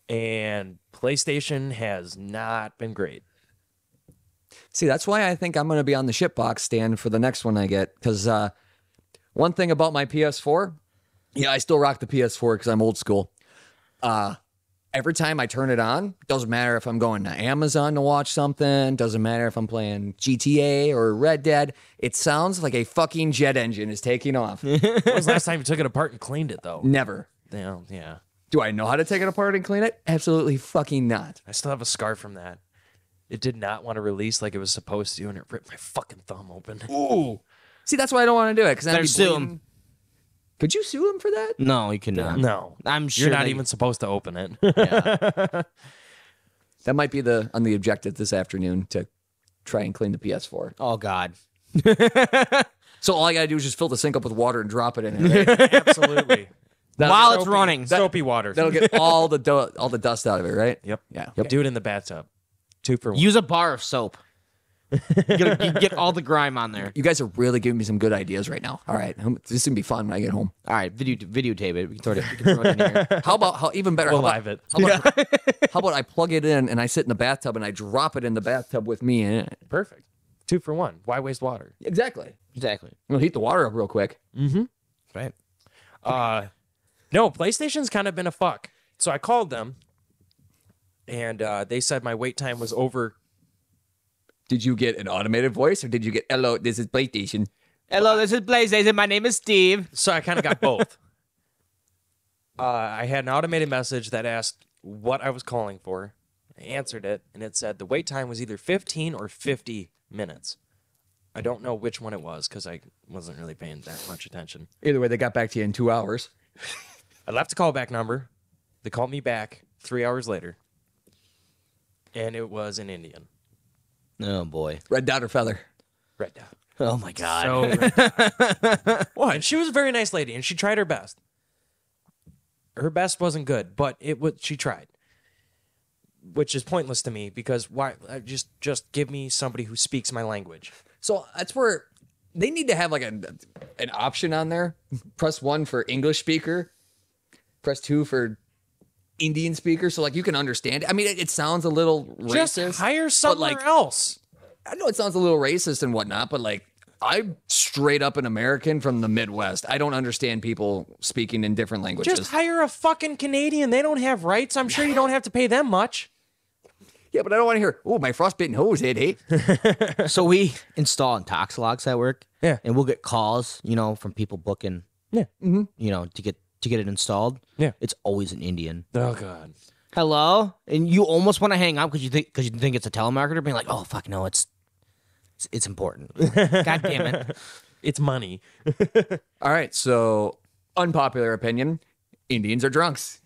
Speaker 1: And PlayStation has not been great.
Speaker 2: see, that's why I think I'm going to be on the shitbox stand for the next one I get. Because uh, one thing about my PS4, yeah, I still rock the PS4 because I'm old school. Uh, every time I turn it on, doesn't matter if I'm going to Amazon to watch something, doesn't matter if I'm playing GTA or Red Dead, it sounds like a fucking jet engine is taking off.
Speaker 1: When was the last time you took it apart and cleaned it though?
Speaker 2: Never.
Speaker 1: Yeah, yeah.
Speaker 2: Do I know how to take it apart and clean it? Absolutely fucking not.
Speaker 1: I still have a scar from that. It did not want to release like it was supposed to, and it ripped my fucking thumb open.
Speaker 2: See, that's why I don't want to do it because
Speaker 3: Better
Speaker 2: I'd
Speaker 3: sue
Speaker 2: sue
Speaker 3: 'em.
Speaker 2: him. Could you sue him for that?
Speaker 3: No, you cannot.
Speaker 1: No,
Speaker 3: I'm sure
Speaker 1: you're not
Speaker 3: they-
Speaker 1: even supposed to open it.
Speaker 2: That might be the on the objective this afternoon to try and clean the PS4.
Speaker 3: Oh God.
Speaker 2: So all I gotta do is just fill the sink up with water and drop it in there. Right?
Speaker 1: Absolutely.
Speaker 2: That'll
Speaker 3: While
Speaker 2: get-
Speaker 3: it's running.
Speaker 1: soapy water.
Speaker 2: that'll get all the du- all the dust out of it, right?
Speaker 1: Yep.
Speaker 2: Yeah.
Speaker 1: Yep. Do it in the bathtub. Two for one.
Speaker 3: Use a bar of soap. get, get all the grime on there.
Speaker 2: You guys are really giving me some good ideas right now. All right, Um, this is gonna be fun when I get home.
Speaker 3: All right, video videotape it. We can throw it. We can throw it in here.
Speaker 2: How about how even better?
Speaker 1: We'll
Speaker 2: how
Speaker 1: live
Speaker 2: about,
Speaker 1: it.
Speaker 2: How about, how about I plug it in and I sit in the bathtub and I drop it in the bathtub with me in it?
Speaker 1: Perfect. Two for one. Why waste water?
Speaker 2: Exactly.
Speaker 3: Exactly.
Speaker 2: It'll heat the water up real quick.
Speaker 3: Right.
Speaker 1: Uh, no, PlayStation's kind of been a fuck. So I called them, and uh, they said my wait time was over.
Speaker 2: Did you get an automated voice or did you get hello? This is PlayStation.
Speaker 3: Hello, this is PlayStation. My name is Steve.
Speaker 1: So I kind of got both. Uh, I had an automated message that asked what I was calling for. I answered it, and it said the wait time was either 15 or 50 minutes. I don't know which one it was because I wasn't really paying that much attention.
Speaker 2: Either way, they got back to you in two hours.
Speaker 1: I left a callback number. They called me back three hours later, and it was an Indian.
Speaker 3: Oh boy.
Speaker 2: Red dot or feather?
Speaker 1: Red dot.
Speaker 3: Oh my God.
Speaker 1: Well, and she was a very nice lady, and she tried her best. Her best wasn't good, but it was she tried, which is pointless to me because why? uh, Just just give me somebody who speaks my language.
Speaker 2: So that's where they need to have like a, an option on there. Press one for English speaker, press two for Indian speaker. So like you can understand. it. I mean, it, it sounds a little
Speaker 1: Just
Speaker 2: racist.
Speaker 1: hire
Speaker 2: but,
Speaker 1: someone
Speaker 2: like,
Speaker 1: else.
Speaker 2: I know it sounds a little racist and whatnot, but like I'm straight up an American from the Midwest. I don't understand people speaking in different languages.
Speaker 1: Just hire a fucking Canadian. They don't have rights. I'm sure you don't have to pay them much.
Speaker 2: yeah, but I don't want to hear. Oh, my frostbitten hose hit. Hey,
Speaker 3: so we install intoxilocks at work.
Speaker 1: Yeah.
Speaker 3: And we'll get calls, you know, from people booking.
Speaker 1: Yeah.
Speaker 3: You know, to get to get it installed.
Speaker 1: Yeah.
Speaker 3: It's always an Indian.
Speaker 1: Oh god.
Speaker 3: Hello, and you almost want to hang up because you think because you think it's a telemarketer being like, oh fuck no, it's it's, it's important. God damn it.
Speaker 1: It's money.
Speaker 2: all right. So unpopular opinion: Indians are drunks.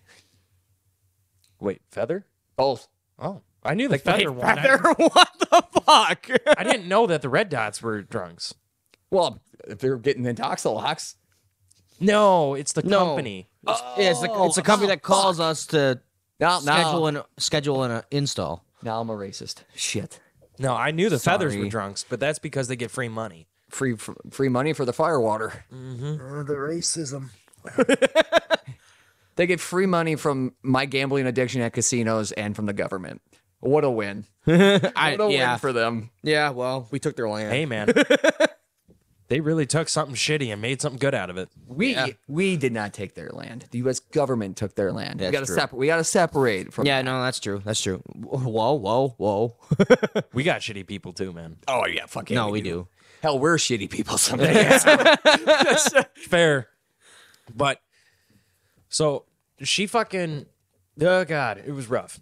Speaker 1: Wait, feather?
Speaker 2: Both.
Speaker 1: Oh, I knew the feather one. I-
Speaker 3: Feather, what the fuck?
Speaker 1: I didn't know that the red dots were drunks.
Speaker 2: Well, if they're getting intoxilocks,
Speaker 1: No, it's the
Speaker 3: No.
Speaker 1: company.
Speaker 3: Yeah, it's, the, it's a company that calls us to
Speaker 2: Oh, No,
Speaker 3: schedule
Speaker 2: no.
Speaker 3: an schedule an uh, install.
Speaker 2: Now I'm a racist. Shit.
Speaker 1: No, I knew the feathers were
Speaker 2: Sorry.
Speaker 1: drunks, but that's because they get free money.
Speaker 2: Free fr- free money for the firewater.
Speaker 3: Mm-hmm.
Speaker 5: the racism.
Speaker 2: They get free money from my gambling addiction at casinos and from the government. What a win.
Speaker 3: I,
Speaker 2: What a
Speaker 3: yeah,
Speaker 2: win for them.
Speaker 3: yeah. Well, we took their land.
Speaker 1: Hey, man. they really took something shitty and made something good out of it.
Speaker 2: We we did not take their land. The US government took their land.
Speaker 3: That's
Speaker 2: we gotta
Speaker 3: true.
Speaker 2: separate we gotta separate from
Speaker 3: Yeah, no, that's true. That's true. Whoa, whoa, whoa.
Speaker 1: We got shitty people too, man.
Speaker 2: Oh yeah, fucking
Speaker 3: no, we do.
Speaker 2: Hell, we're shitty people someday.
Speaker 1: Fair. But so she fucking oh god, it was rough.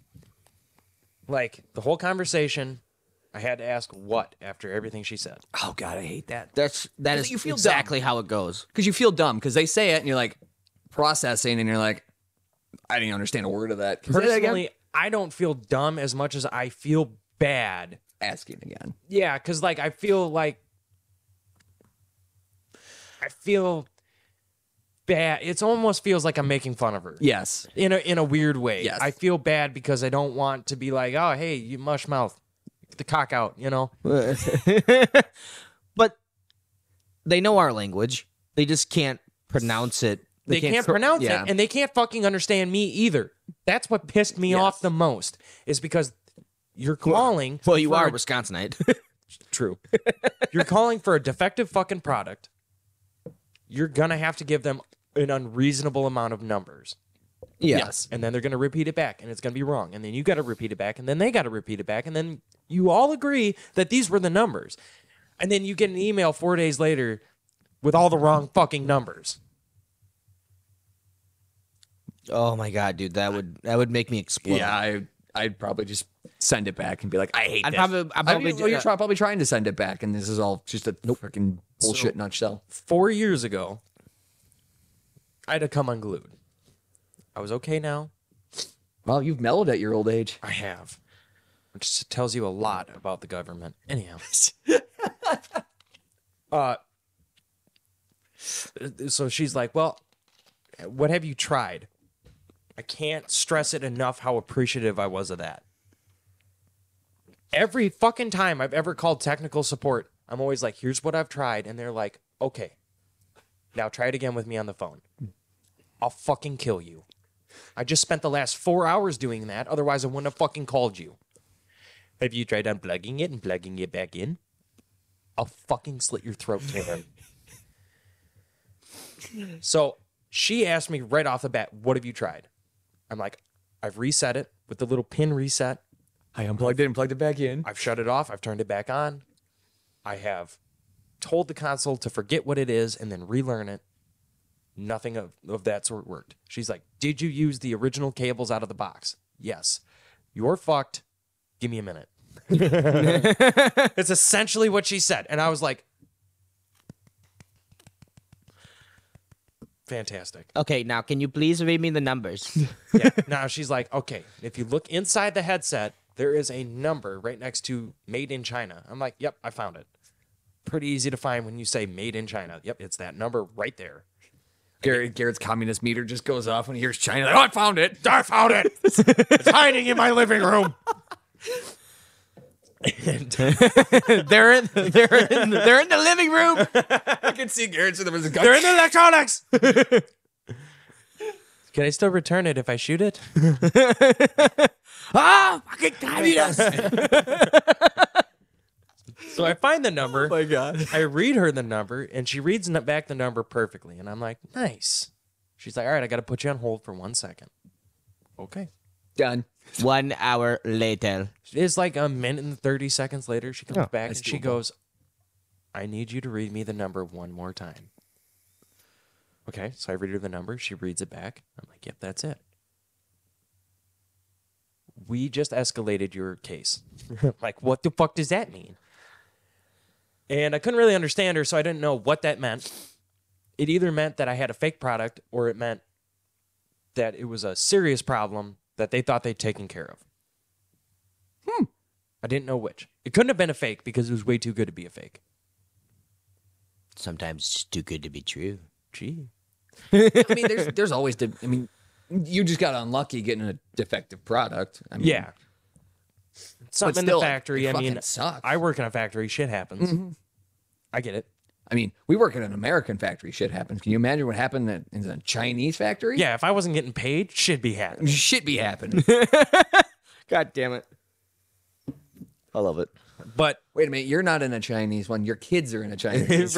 Speaker 1: Like the whole conversation, I had to ask what after everything she said.
Speaker 2: oh god, I hate that.
Speaker 3: That's that
Speaker 2: Is it
Speaker 3: is
Speaker 2: you feel
Speaker 3: exactly how it goes.
Speaker 2: Because you feel dumb because they say it and you're like processing and you're like, I didn't understand a word of that. Say that again.
Speaker 1: Personally, I don't feel dumb as much as I feel bad
Speaker 2: asking again.
Speaker 1: Yeah, because like I feel like I feel bad. It almost feels like I'm making fun of her.
Speaker 2: Yes.
Speaker 1: In a in a weird way.
Speaker 2: Yes.
Speaker 1: I feel bad because I don't want to be like, oh hey, you mush mouth. The cock out, you know?
Speaker 3: but they know our language. They just can't pronounce it.
Speaker 1: They, can't,
Speaker 3: cor-
Speaker 1: pronounce
Speaker 2: yeah.
Speaker 1: it and they can't fucking understand me either. That's what pissed me off the most is because you're calling
Speaker 3: Well, you
Speaker 1: for
Speaker 3: are
Speaker 1: a
Speaker 3: a Wisconsinite.
Speaker 1: True. You're calling for a defective fucking product. You're going to have to give them an unreasonable amount of numbers.
Speaker 2: Yes.
Speaker 1: And then they're going to repeat it back and it's going to be wrong. And then you got to repeat it back and then they got to repeat it back. And then you all agree that these were the numbers. And then you get an email four days later with all the wrong fucking numbers.
Speaker 3: Oh my god, dude, that would that would make me explode.
Speaker 2: Yeah, I I'd probably just send it back and be like, I hate
Speaker 3: I'd
Speaker 2: this.
Speaker 3: probably- I'd
Speaker 2: I
Speaker 3: probably
Speaker 2: mean,
Speaker 3: do-
Speaker 2: well, oh, you're
Speaker 3: uh,
Speaker 2: try- probably trying to send it back, and this is all just a freaking bullshit nutshell.
Speaker 1: four years ago, I had to come unglued. I was okay now.
Speaker 2: Well, you've mellowed at your old age.
Speaker 1: I have. Which s- tells you a lot about the government. Anyhow. uh, so she's like, Well, what have you tried? I can't stress it enough how appreciative I was of that. Every fucking time I've ever called technical support, I'm always like, Here's what I've tried. And they're like, Okay, now try it again with me on the phone. I'll fucking kill you. I just spent the last four hours doing that. Otherwise, I wouldn't have fucking called you. Have you tried unplugging it and plugging it back in? I'll fucking slit your throat, Taylor. so she asked me right off the bat, "What have you tried?" I'm like, "I've reset it with the little pin reset.
Speaker 2: I unplugged it and plugged it back in.
Speaker 1: I've shut it off. I've turned it back on. I have told the console to forget what it is and then relearn it. Nothing of, of that sort worked. She's like, Did you use the original cables out of the box? Yes. You're fucked. Give me a minute. it's essentially what she said. And I was like, Fantastic.
Speaker 3: Okay, now can you please read me the numbers?
Speaker 1: Yeah. now she's like, okay, if you look inside the headset, there is a number right next to made in China. I'm like, yep, I found it. Pretty easy to find when you say made in China. Yep, it's that number right there.
Speaker 2: Garrett, Garrett's communist meter just goes off when he hears China. Like, oh, I found it.
Speaker 1: I found it. It's hiding in my living room.
Speaker 3: they're in, they're in, they're in the living room.
Speaker 2: I can see Garrett's in the gun.
Speaker 1: They're in the electronics. Can I still return it if I shoot it?
Speaker 3: Ah, fucking communist.
Speaker 1: So I find the number.
Speaker 2: my god.
Speaker 1: I read her the number, and she reads n- back the number perfectly. And I'm like, nice. She's like, all right, I got to put you on hold for one second. Okay.
Speaker 2: Done.
Speaker 3: One hour later.
Speaker 1: It's like a minute and 30 seconds later. She comes back and she
Speaker 2: doable.
Speaker 1: goes, I need you to read me the number one more time. Okay. So I read her the number. She reads it back. I'm like, yep, that's it. We just escalated your case. I'm like, what the fuck does that mean? And I couldn't really understand her, so I didn't know what that meant. It either meant that I had a fake product or it meant that it was a serious problem that they thought they'd taken care of. I didn't know which. It couldn't have been a fake because it was way too good to be a fake.
Speaker 3: Sometimes it's too good to be true.
Speaker 1: Gee.
Speaker 2: I mean, there's there's always. De- I mean, you just got unlucky getting a defective product. I mean,
Speaker 1: Yeah. Something in
Speaker 2: still,
Speaker 1: the factory.
Speaker 2: it
Speaker 1: I mean,
Speaker 2: fucking sucks.
Speaker 1: I work in a factory. Shit happens. I get it.
Speaker 2: I mean, we work in an American factory. Shit happens. Can you imagine what happened in- in a Chinese factory?
Speaker 1: Yeah, if I wasn't getting paid, shit be happening.
Speaker 2: Shit be happening.
Speaker 3: God damn it. I love it.
Speaker 1: But
Speaker 2: Wait a minute, you're not in a Chinese one. Your kids are in a Chinese.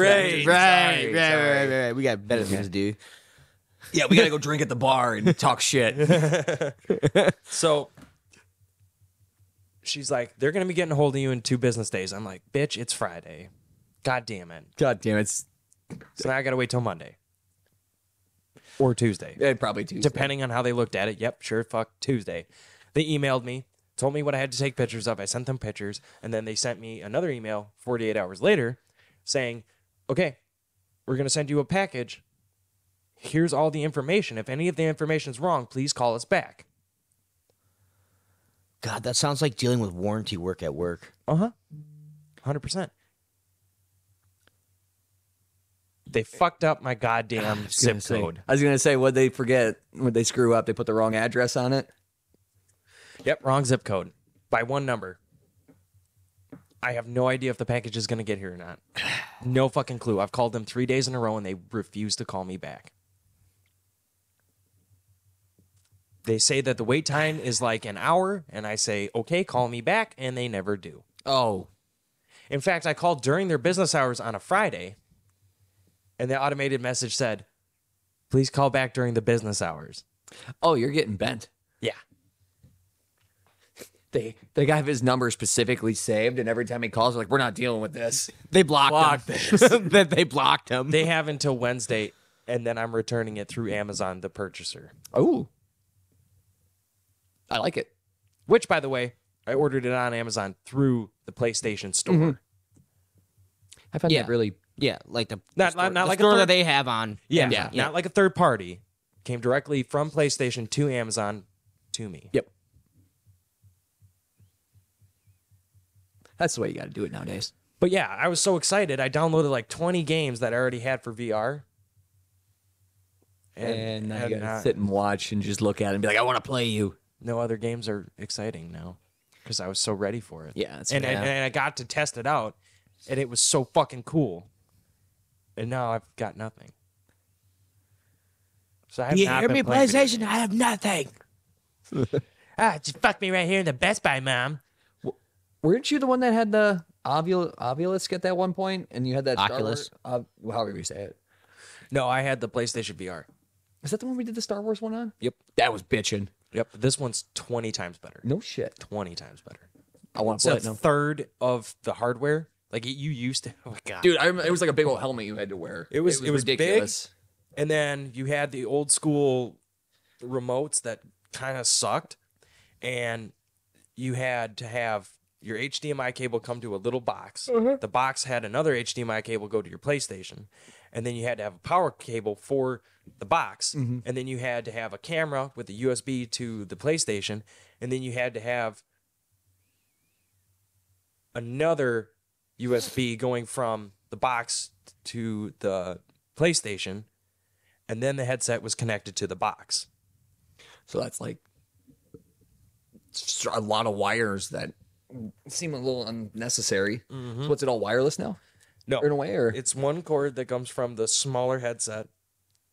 Speaker 1: right,
Speaker 3: Right, right, right, right, right. We got better things to do.
Speaker 2: yeah, we gotta go drink at the bar and talk shit.
Speaker 1: So she's like, they're gonna be getting a hold of you in two business days. I'm like, bitch, it's Friday. God damn it.
Speaker 2: God damn it.
Speaker 1: So now I gotta wait till Monday. Or Tuesday.
Speaker 2: Yeah, probably Tuesday.
Speaker 1: depending on how they looked at it. Yep, sure, fuck Tuesday. They emailed me, told me what I had to take pictures of. I sent them pictures, and then they sent me another email 48 hours later saying, "Okay, we're going to send you a package. Here's all the information. If any of the information's wrong, please call us back."
Speaker 3: God, that sounds like dealing with warranty work at work.
Speaker 1: Uh-huh. 100%. They fucked up my goddamn zip code.
Speaker 2: I was gonna say, what they forget? What they screw up? They put the wrong address on it.
Speaker 1: Yep, wrong zip code by one number. I have no idea if the package is going to get here or not. No fucking clue. I've called them three days in a row and they refuse to call me back. They say that the wait time is like an hour, and I say, okay, call me back, and they never do.
Speaker 2: Oh,
Speaker 1: In fact, I called during their business hours on a Friday, and the automated message said, please call back during the business hours.
Speaker 2: oh, you're getting bent.
Speaker 1: Yeah.
Speaker 2: They they got his number specifically saved, and every time he calls, they're like, we're not dealing with this.
Speaker 3: They blocked him. That they blocked him.
Speaker 1: They have until Wednesday, and then I'm returning it through Amazon, the purchaser.
Speaker 2: Oh, I like it.
Speaker 1: Which, by the way, I ordered it on Amazon through the PlayStation Store.
Speaker 2: I find
Speaker 3: Yeah.
Speaker 2: that really
Speaker 3: Yeah, like the
Speaker 1: Not-
Speaker 3: the store,
Speaker 1: not- not
Speaker 3: the
Speaker 1: like a
Speaker 3: store
Speaker 1: third-
Speaker 3: that they have on.
Speaker 1: Yeah,
Speaker 2: Yeah.
Speaker 1: not like a third party. Came directly from PlayStation to Amazon to me.
Speaker 2: Yep. That's the way you got to do it nowadays.
Speaker 1: But yeah, I was so excited. I downloaded like 20 games that I already had for VR.
Speaker 2: And, now
Speaker 1: have
Speaker 2: you got to
Speaker 1: not-
Speaker 2: sit and watch and just look at it and be like, I want to play you.
Speaker 1: no other games are exciting now because I was so ready for it.
Speaker 2: Yeah, that's
Speaker 1: and,
Speaker 2: fair.
Speaker 1: and and I got to test it out, and it was so fucking cool. And now I've got nothing. So I have not been playing video games.
Speaker 3: I have nothing.
Speaker 1: Ah, just fuck me right here in the Best Buy, mom.
Speaker 2: Weren't you the one that had the ovul- obelisk at that one point, and you had that Star
Speaker 3: Oculus.
Speaker 2: Wars, uh, however you say it.
Speaker 1: No, I had the PlayStation VR.
Speaker 2: Is that the one we did the Star Wars one on?
Speaker 1: Yep.
Speaker 2: That was bitching.
Speaker 1: Yep, this one's 20 times better.
Speaker 2: No shit.
Speaker 1: 20 times better.
Speaker 2: I want to
Speaker 1: It's
Speaker 2: play
Speaker 1: a
Speaker 2: it now.
Speaker 1: third of the hardware. Like it, you used to. Oh my god.
Speaker 2: Dude, I remember, it was like a big old helmet you had to wear.
Speaker 1: It was- it was big.
Speaker 2: ridiculous.
Speaker 1: And then you had the old school remotes that kind of sucked. And you had to have your HDMI cable come to a little box. The box had another HDMI cable go to your PlayStation. And then you had to have a power cable for the box. And then you had to have a camera with a USB to the PlayStation. And then you had to have another USB going from the box to the PlayStation, and then the headset was connected to the box.
Speaker 2: So that's like s- a lot of wires that seem a little unnecessary.
Speaker 1: Mm-hmm.
Speaker 2: So what's it all wireless now?
Speaker 1: No,
Speaker 2: Or in a way, or
Speaker 1: it's one cord that comes from the smaller headset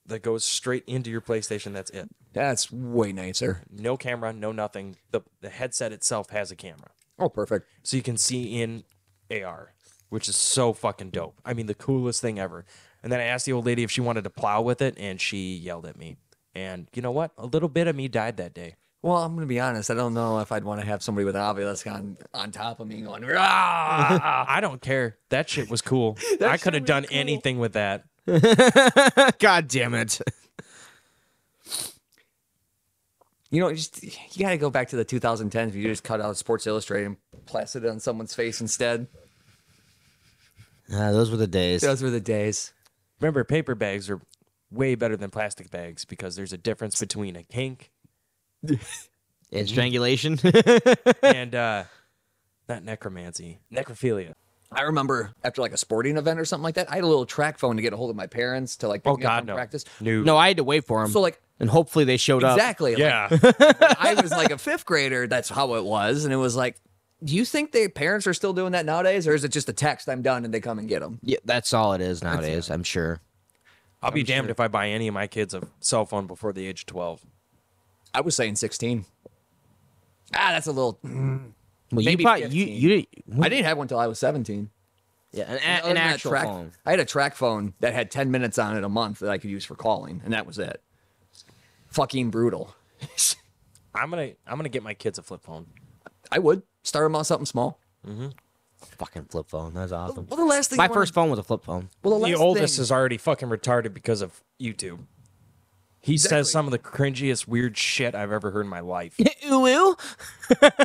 Speaker 1: that goes straight into your PlayStation. That's it.
Speaker 2: that's way nicer.
Speaker 1: No camera, no nothing. The the headset itself has a camera,
Speaker 2: Oh, perfect.
Speaker 1: so you can see in AR, which is so fucking dope. I mean, the coolest thing ever. And then I asked the old lady if she wanted to plow with it, and she yelled at me. And you know what? A little bit of me died that day.
Speaker 2: Well, I'm gonna be honest. I don't know if I'd want to have somebody with an obelisk on on top of me going. "Rah!"
Speaker 1: I don't care. Ah. That shit was cool. I could have done anything with that.
Speaker 3: God damn it!
Speaker 2: you know, just you got to go back to the 2010s. You just cut out Sports Illustrated and plastered it on someone's face instead.
Speaker 3: Ah, those were the days.
Speaker 2: Those were the days.
Speaker 1: Remember, paper bags are way better than plastic bags because there's a difference between a kink
Speaker 3: And strangulation.
Speaker 1: and uh not necromancy, necrophilia.
Speaker 2: I remember after like a sporting event or something like that, I had a little track phone to get a hold of my parents to like pick
Speaker 1: Oh
Speaker 2: me up
Speaker 1: god,
Speaker 2: from
Speaker 1: no.
Speaker 2: practice.
Speaker 1: No.
Speaker 3: no, I had to wait for them.
Speaker 2: So like
Speaker 3: and hopefully they showed up.
Speaker 2: exactly, like,
Speaker 1: Yeah.
Speaker 2: when I was like a fifth grader. That's how it was, and it was like, do you think their parents are still doing that nowadays, or is it just a text? I'm done, and they come and get them.
Speaker 3: Yeah, that's all it is nowadays. I'm sure.
Speaker 1: I'll be damned if I buy any of my kids a cell phone before the age of 12.
Speaker 2: I was saying 16. Ah, that's a little.
Speaker 3: Well,
Speaker 2: Maybe
Speaker 3: you bought you
Speaker 2: 15.
Speaker 3: you did
Speaker 2: I didn't have one till I was 17.
Speaker 3: yeah, an,
Speaker 2: Other
Speaker 3: a-
Speaker 2: than
Speaker 3: an
Speaker 2: that
Speaker 3: actual
Speaker 2: track-
Speaker 3: phone.
Speaker 2: I had a track phone that had 10 minutes on it a month that I could use for calling, and that was it. Fucking brutal.
Speaker 1: I'm going to I'm going to get my kids a flip phone.
Speaker 2: I would start them on something small.
Speaker 3: Fucking flip phone. That's awesome.
Speaker 2: Well, the last thing
Speaker 3: My
Speaker 2: you wanna-
Speaker 3: first phone was a flip phone.
Speaker 2: Well, the,
Speaker 1: The
Speaker 2: last
Speaker 1: oldest
Speaker 2: thing,
Speaker 1: is already fucking retarded because of YouTube. He
Speaker 2: Exactly.
Speaker 1: says some of the cringiest weird shit I've ever heard in my life.
Speaker 3: ooh, ooh.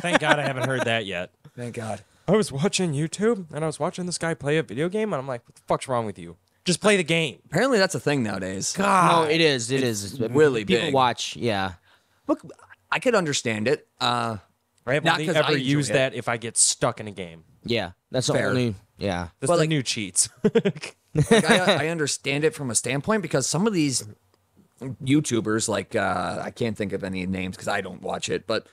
Speaker 1: Thank God I haven't heard that yet.
Speaker 2: Thank God.
Speaker 1: I was watching YouTube and I was watching this guy play a video game and I'm like, what the fuck's wrong with you? Just play the game.
Speaker 2: Apparently, that's a thing nowadays.
Speaker 3: no, Oh, it is. It is.
Speaker 2: really
Speaker 3: People
Speaker 2: big.
Speaker 3: watch. Yeah.
Speaker 2: Look, I could understand it. Uh,
Speaker 1: I have
Speaker 2: Not
Speaker 1: only
Speaker 2: 'cause I
Speaker 1: ever
Speaker 2: enjoy
Speaker 1: used
Speaker 2: it.
Speaker 1: that if I get stuck in a game.
Speaker 3: Yeah. That's the
Speaker 2: Fair.
Speaker 3: only. Yeah.
Speaker 1: That's
Speaker 2: Well,
Speaker 1: the
Speaker 2: like-
Speaker 1: new cheats.
Speaker 2: like, I, I understand it from a standpoint because some of these YouTubers, like uh, I can't think of any names because I don't watch it, but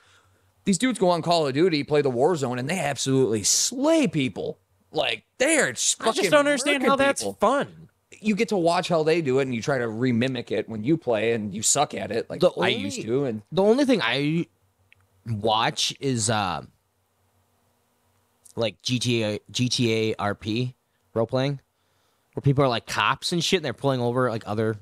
Speaker 2: these dudes go on Call of Duty, play the Warzone, and they absolutely slay people. Like they are just
Speaker 1: I just don't understand how that's fun.
Speaker 2: You get to watch how they do it, and you try to remimic it when you play, and you suck at it, like
Speaker 3: The
Speaker 2: I
Speaker 3: only-
Speaker 2: used to. And
Speaker 3: The only thing I watch is uh, like GTA GTA RP role playing, where people are like cops and shit, and they're pulling over like other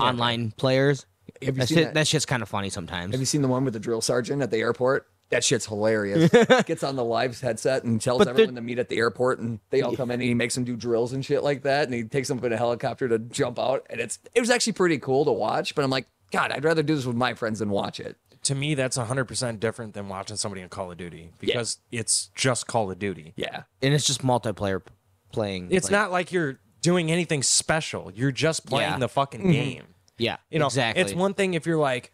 Speaker 3: online players.
Speaker 2: have you
Speaker 3: That,
Speaker 2: seen
Speaker 3: shit,
Speaker 2: that?
Speaker 3: that shit's kind of funny sometimes.
Speaker 2: Have you seen the one with the drill sergeant at the airport? That shit's hilarious. Gets on the live headset and tells
Speaker 3: But the-
Speaker 2: everyone to meet at the airport, and they all come in, and he makes them do drills and shit like that. And he takes them up in a helicopter to jump out, and it's it was actually pretty cool to watch. But I'm like, God, I'd rather do this with my friends than watch it.
Speaker 1: to me, that's 100% different than watching somebody in Call of Duty because it's just Call of Duty.
Speaker 2: Yeah.
Speaker 3: and it's just multiplayer p- playing.
Speaker 1: It's
Speaker 3: like-
Speaker 1: not like you're doing anything special. You're just playing
Speaker 3: Yeah.
Speaker 1: the fucking
Speaker 2: Mm-hmm.
Speaker 1: game.
Speaker 3: Yeah,
Speaker 1: You know,
Speaker 3: exactly.
Speaker 1: it's one thing if you're like,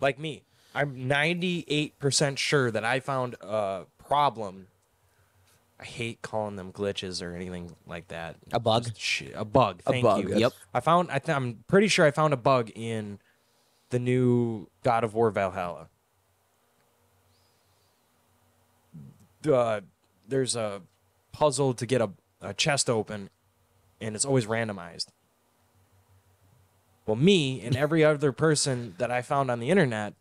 Speaker 1: like me, I'm 98% sure that I found a problem. I hate calling them glitches or anything like that.
Speaker 3: a bug.
Speaker 1: Shit, a bug. Thank
Speaker 2: bug,
Speaker 1: You.
Speaker 3: yep.
Speaker 1: I found. I th- I'm pretty sure I found a bug in the new God of War Valhalla. Uh, there's a puzzle to get a, a chest open, and it's always randomized. Well, me and every other person that I found on the internet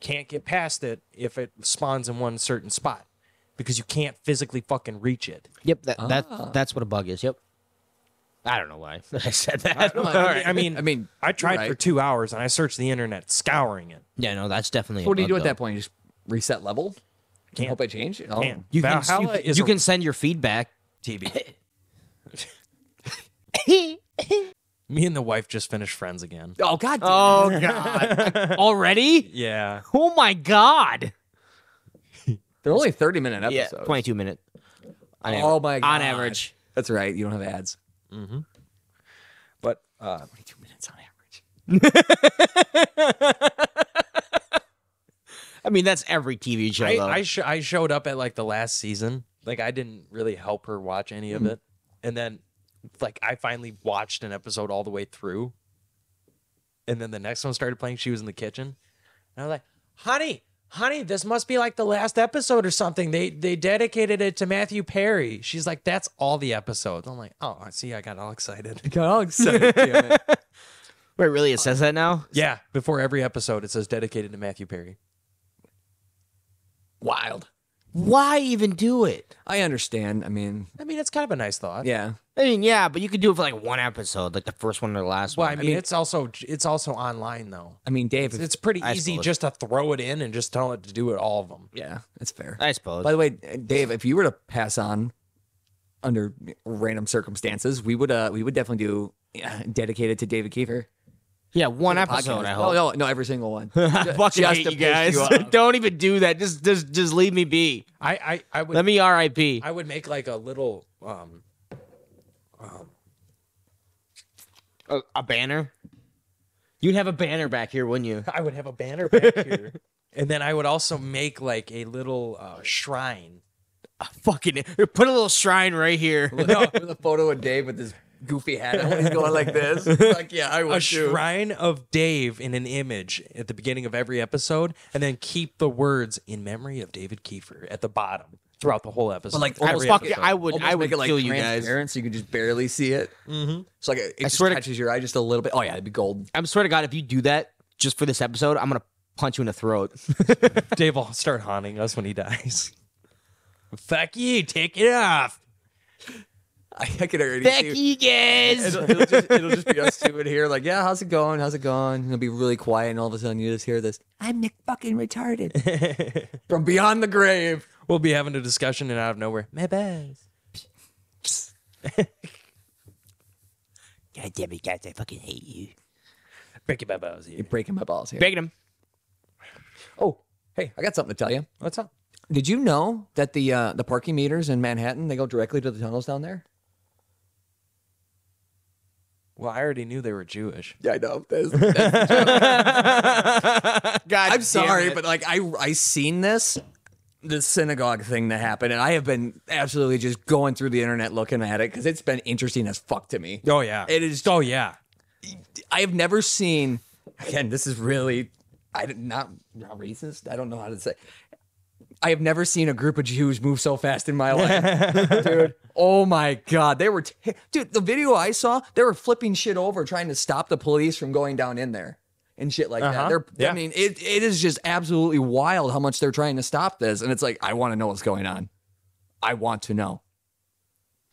Speaker 1: can't get past it if it spawns in one certain spot because you can't physically fucking reach it.
Speaker 3: Yep, that, that that's what a bug is. Yep. I don't know why I said that.
Speaker 2: No,
Speaker 1: I mean, I mean,
Speaker 2: I mean,
Speaker 1: I tried
Speaker 2: right.
Speaker 1: for two hours and I searched the internet, scouring it.
Speaker 3: yeah, no, that's definitely. a
Speaker 2: What do you
Speaker 3: bug,
Speaker 2: do at
Speaker 3: though.
Speaker 2: that point? You just reset level.
Speaker 1: Can't.
Speaker 2: Hope I change. Oh.
Speaker 1: Can't.
Speaker 3: You can, you,
Speaker 1: Valhalla is
Speaker 3: you
Speaker 1: a
Speaker 3: can send your feedback.
Speaker 1: TV. Me and the wife just finished Friends again.
Speaker 2: Oh God. damn.
Speaker 3: Oh God! Already?
Speaker 1: Yeah,
Speaker 3: Oh my God!
Speaker 2: They're only thirty minute episodes.
Speaker 3: twenty-two minute. On
Speaker 2: Oh
Speaker 3: aver-
Speaker 2: my God.
Speaker 3: On average,
Speaker 2: That's right. You don't have ads.
Speaker 1: but uh,
Speaker 2: Twenty-two minutes on average.
Speaker 3: I mean that's every TV show.
Speaker 1: I
Speaker 3: though.
Speaker 1: I, sh- I showed up at like the last season. Like I didn't really help her watch any
Speaker 2: Hmm.
Speaker 1: of it, and then like I finally watched an episode all the way through, and then the next one started playing. She was in the kitchen, and I was like, "Honey, honey, this must be like the last episode or something. They they dedicated it to Matthew Perry." She's like, "That's all the episodes." I'm like, "Oh, I see. I got all excited."
Speaker 2: Got all excited. damn it.
Speaker 3: Wait, really? It says that now?
Speaker 1: yeah, before every episode, it says dedicated to Matthew Perry.
Speaker 2: Wild.
Speaker 3: Why even do it?
Speaker 2: I understand. I mean,
Speaker 1: I mean, it's kind of a nice thought.
Speaker 2: yeah.
Speaker 3: I mean, yeah, but you could do it for like one episode, like the first one or the last
Speaker 1: Well,
Speaker 3: one.
Speaker 1: I mean, it's also it's also online though.
Speaker 2: I mean, Dave. if-
Speaker 1: It's pretty
Speaker 3: I
Speaker 1: easy
Speaker 3: suppose.
Speaker 1: just to throw it in and just tell it to do it all of them.
Speaker 2: yeah, that's fair.
Speaker 3: I suppose.
Speaker 2: By the way, Dave, if you were to pass on under random circumstances, we would uh we would definitely do yeah, dedicated to David Kiefer.
Speaker 3: yeah, one episode.
Speaker 2: Podcast.
Speaker 3: I
Speaker 2: Oh
Speaker 3: hope.
Speaker 2: no, no, every single one.
Speaker 3: I fucking
Speaker 2: just
Speaker 3: hate
Speaker 2: to piss
Speaker 3: you guys.
Speaker 2: you off.
Speaker 3: Don't even do that. Just, just, just leave me be.
Speaker 1: I I, I would
Speaker 3: Let me R.I.P.
Speaker 1: I would make like a little um
Speaker 3: A, a banner. You'd have a banner back here, wouldn't you?
Speaker 1: I would have a banner back here. And then I would also make like a little uh, shrine.
Speaker 3: Fucking put a little shrine right here.
Speaker 2: with a photo of Dave with his goofy hat on, he's going like this. Like, yeah, I
Speaker 1: A
Speaker 2: would too.
Speaker 1: shrine of Dave in an image at the beginning of every episode, and then keep the words in memory of David Kiefer at the bottom throughout the whole episode.
Speaker 2: like,
Speaker 3: I,
Speaker 1: Every
Speaker 3: fuck,
Speaker 1: episode.
Speaker 3: I would,
Speaker 2: Almost
Speaker 3: I would
Speaker 2: make it like
Speaker 3: kill you guys.
Speaker 2: transparent so you can just barely see it. Mm-hmm. So like it, it just
Speaker 3: swear to-
Speaker 2: catches your eye just a little bit. Oh yeah, it'd be gold.
Speaker 3: I'm swear to God, if you do that just for this episode, I'm gonna punch you in the throat.
Speaker 1: Dave will start haunting us when he dies. Fuck you, take it off.
Speaker 2: I, I could already
Speaker 3: Fuck
Speaker 2: see.
Speaker 3: you guys.
Speaker 2: It'll, it'll just, it'll just be us two in here, like, yeah, how's it going? How's it going? And It'll be really quiet, and all of a sudden you just hear this, I'm Nick fucking retarded. From beyond the grave.
Speaker 1: We'll be having a discussion and out of nowhere. My best.
Speaker 3: God damn it, guys! I fucking hate you.
Speaker 1: Breaking my balls here.
Speaker 2: Breaking my balls here.
Speaker 3: Begging him.
Speaker 2: Oh, hey, I got something to tell you.
Speaker 1: What's up?
Speaker 2: Did you know that the uh, the parking meters in Manhattan, they go directly to the tunnels down there?
Speaker 1: Well, I already knew they were Jewish.
Speaker 2: Yeah, I know.
Speaker 3: God,
Speaker 2: I'm sorry, but like I I seen this the synagogue thing that happened, and I have been absolutely just going through the internet looking at it because it's been interesting as fuck to me.
Speaker 1: Oh yeah.
Speaker 2: It is-
Speaker 1: Oh yeah.
Speaker 2: I have never seen. Again, this is really, I did- not not racist. I don't know how to say. I have never seen a group of Jews move so fast in my life, dude. Oh my god, they were, t- dude. The video I saw, they were flipping shit over, trying to stop the police from going down in there and shit like that.
Speaker 1: Uh-huh.
Speaker 2: They're, I
Speaker 1: Yeah.
Speaker 2: mean, it it is just absolutely wild how much they're trying to stop this, and it's like I want to know what's going on. I want to know.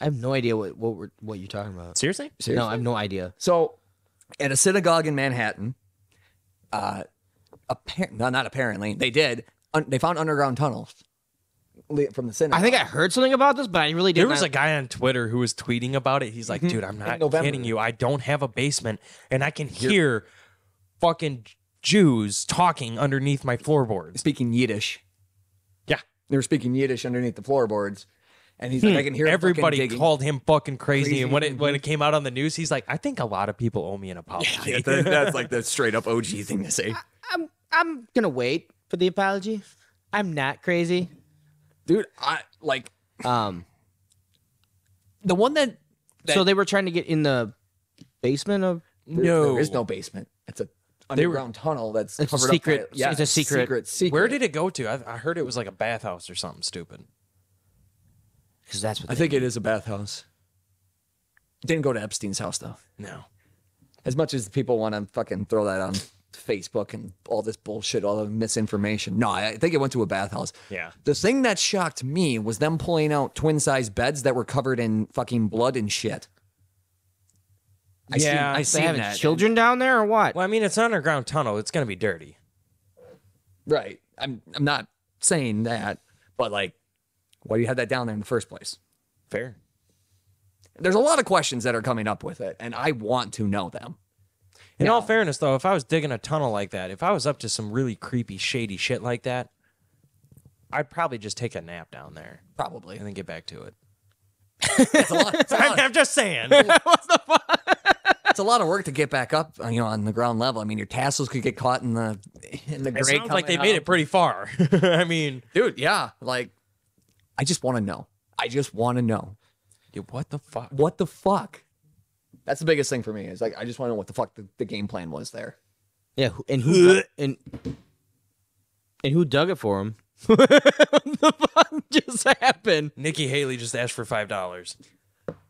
Speaker 3: I have no idea what what we're, what you're talking about.
Speaker 1: Seriously?
Speaker 3: No, I have no idea.
Speaker 2: So, at a synagogue in Manhattan, uh, appar- no, not apparently, they did. Un- they found underground tunnels li- from the synagogue.
Speaker 3: I think I heard something about this, but I really
Speaker 1: There
Speaker 3: didn't.
Speaker 1: was
Speaker 3: I-
Speaker 1: a guy on Twitter who was tweeting about it. He's like, dude, I'm not
Speaker 2: Mm-hmm. November.
Speaker 1: kidding you. I don't have a basement and I can hear fucking Jews talking underneath my floorboards.
Speaker 2: speaking Yiddish.
Speaker 1: Yeah.
Speaker 2: They were speaking Yiddish underneath the floorboards. And he's like, I can hear him fucking
Speaker 1: Everybody
Speaker 2: digging.
Speaker 1: called him fucking crazy,
Speaker 2: Crazy, Mm-hmm.
Speaker 1: and when it when it came out on the news, he's like, "I think a lot of people owe me an apology."
Speaker 2: Yeah, that- that's like the straight up OG thing to say.
Speaker 3: I'm I'm gonna wait for the apology. I'm not crazy.
Speaker 2: Dude, I like
Speaker 3: Um,
Speaker 2: the one that
Speaker 3: so they were trying to get in the basement of
Speaker 1: No,
Speaker 2: there is no basement. It's a
Speaker 1: were-
Speaker 2: underground tunnel that's
Speaker 3: It's a
Speaker 2: covered
Speaker 3: secret-
Speaker 2: up by, yeah,
Speaker 3: it's a secret-
Speaker 2: secret secret.
Speaker 1: Where did it go to? I, I heard it was like a bathhouse or something stupid.
Speaker 3: because that's what
Speaker 2: I
Speaker 3: they,
Speaker 2: think it is a bathhouse. Didn't go to Epstein's house though.
Speaker 1: No,
Speaker 2: As much as people want to fucking throw that on Facebook and all this bullshit, all the misinformation. No, I I think it went to a bathhouse.
Speaker 1: Yeah.
Speaker 2: The thing that shocked me was them pulling out twin size beds that were covered in fucking blood and shit. I seen-
Speaker 1: Yeah,
Speaker 2: I
Speaker 1: they
Speaker 3: they
Speaker 2: seen
Speaker 3: having
Speaker 2: that.
Speaker 3: children down there or what?
Speaker 1: well, I mean, it's an underground tunnel. It's gonna be dirty.
Speaker 2: Right. I'm I'm not saying that, but like, why do you have that down there in the first place?
Speaker 1: Fair.
Speaker 2: There's a lot of questions that are coming up with it, and I want to know them.
Speaker 1: In all fairness, though, if I was digging a tunnel like that, if I was up to some really creepy, shady shit like that, I'd probably just take a nap down there
Speaker 2: Probably.
Speaker 1: and then get back to it.
Speaker 2: It's a lot, it's a lot,
Speaker 1: I'm just saying.
Speaker 2: it's a lot of work to get back up, you know, on the ground level. I mean, your tassels could get caught in the in the
Speaker 1: It
Speaker 2: gray.
Speaker 1: sounds like they
Speaker 2: coming
Speaker 1: made
Speaker 2: up.
Speaker 1: it pretty far. I mean,
Speaker 2: dude. Yeah, like, I just want to know. I just want to know
Speaker 1: dude, what the fuck?
Speaker 2: what the fuck. That's the biggest thing for me is like I just want to know what the fuck the, the game plan was there.
Speaker 3: yeah, who- and who dug- and and who dug it for him? the fuck just happened?
Speaker 1: Nikki Haley just asked for five dollars.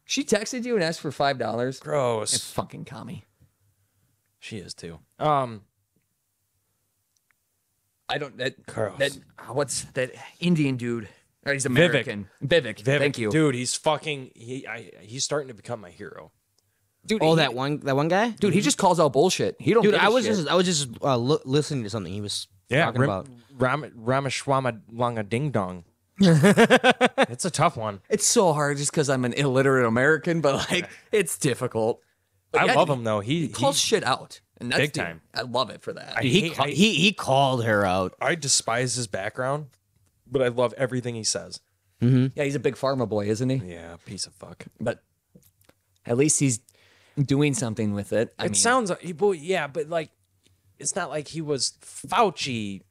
Speaker 2: She texted you and asked for five dollars.
Speaker 1: Gross.
Speaker 2: It's fucking commie.
Speaker 1: She is too. Um,
Speaker 2: I don't that
Speaker 1: Gross.
Speaker 2: that uh, what's that Indian dude? Or he's American. Vivek.
Speaker 1: Vivek,
Speaker 2: Thank you,
Speaker 1: dude. He's fucking. He, I, he's starting to become my hero.
Speaker 2: Dude,
Speaker 3: Oh,
Speaker 2: he-
Speaker 3: that one that one guy.
Speaker 2: dude. He just calls out bullshit. He don't.
Speaker 3: Dude,
Speaker 2: give a
Speaker 3: I was
Speaker 2: shit.
Speaker 3: just I was just uh, lo- listening to something he was talking about.
Speaker 1: Ram, Ramashwama Langa Ding Dong. it's a tough one.
Speaker 2: It's so hard just because I'm an illiterate American, but like it's difficult. But
Speaker 1: I
Speaker 2: yeah,
Speaker 1: love
Speaker 2: he-
Speaker 1: him though. He,
Speaker 2: He calls shit out, and that's
Speaker 1: Big
Speaker 2: the-
Speaker 1: time.
Speaker 2: I love it for that.
Speaker 1: I-
Speaker 3: Dude, he
Speaker 1: Hey,
Speaker 3: ca-
Speaker 1: I-
Speaker 3: he he called her out.
Speaker 1: I despise his background, but I love everything he says.
Speaker 2: yeah, he's a big pharma boy, isn't he?
Speaker 1: Yeah, piece of fuck.
Speaker 2: But at least he's doing something with it. I
Speaker 1: it
Speaker 2: mean,
Speaker 1: sounds like, he- well, yeah, but like, it's not like he was Fauci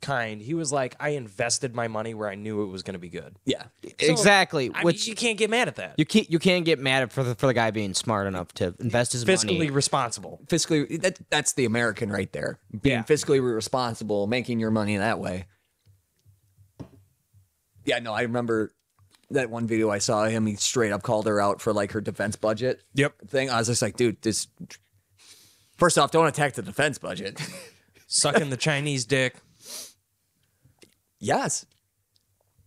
Speaker 1: kind. He was like, I invested my money where I knew it was going to be good.
Speaker 2: yeah.
Speaker 3: exactly,
Speaker 1: I mean,
Speaker 3: which
Speaker 1: you can't get mad at that.
Speaker 3: you can't you can't get mad at for the for the guy being smart enough to invest his
Speaker 1: Fiscally
Speaker 3: money.
Speaker 1: responsible.
Speaker 2: Fiscally, that, that's the American right there. Being
Speaker 1: Yeah.
Speaker 2: fiscally responsible, making your money that way. Yeah, no, I remember that one video I saw him. He straight up called her out for like her defense budget.
Speaker 1: Yep.
Speaker 2: thing. I was just like, dude, this. First off, don't attack the defense budget.
Speaker 1: Sucking the Chinese dick.
Speaker 2: yes,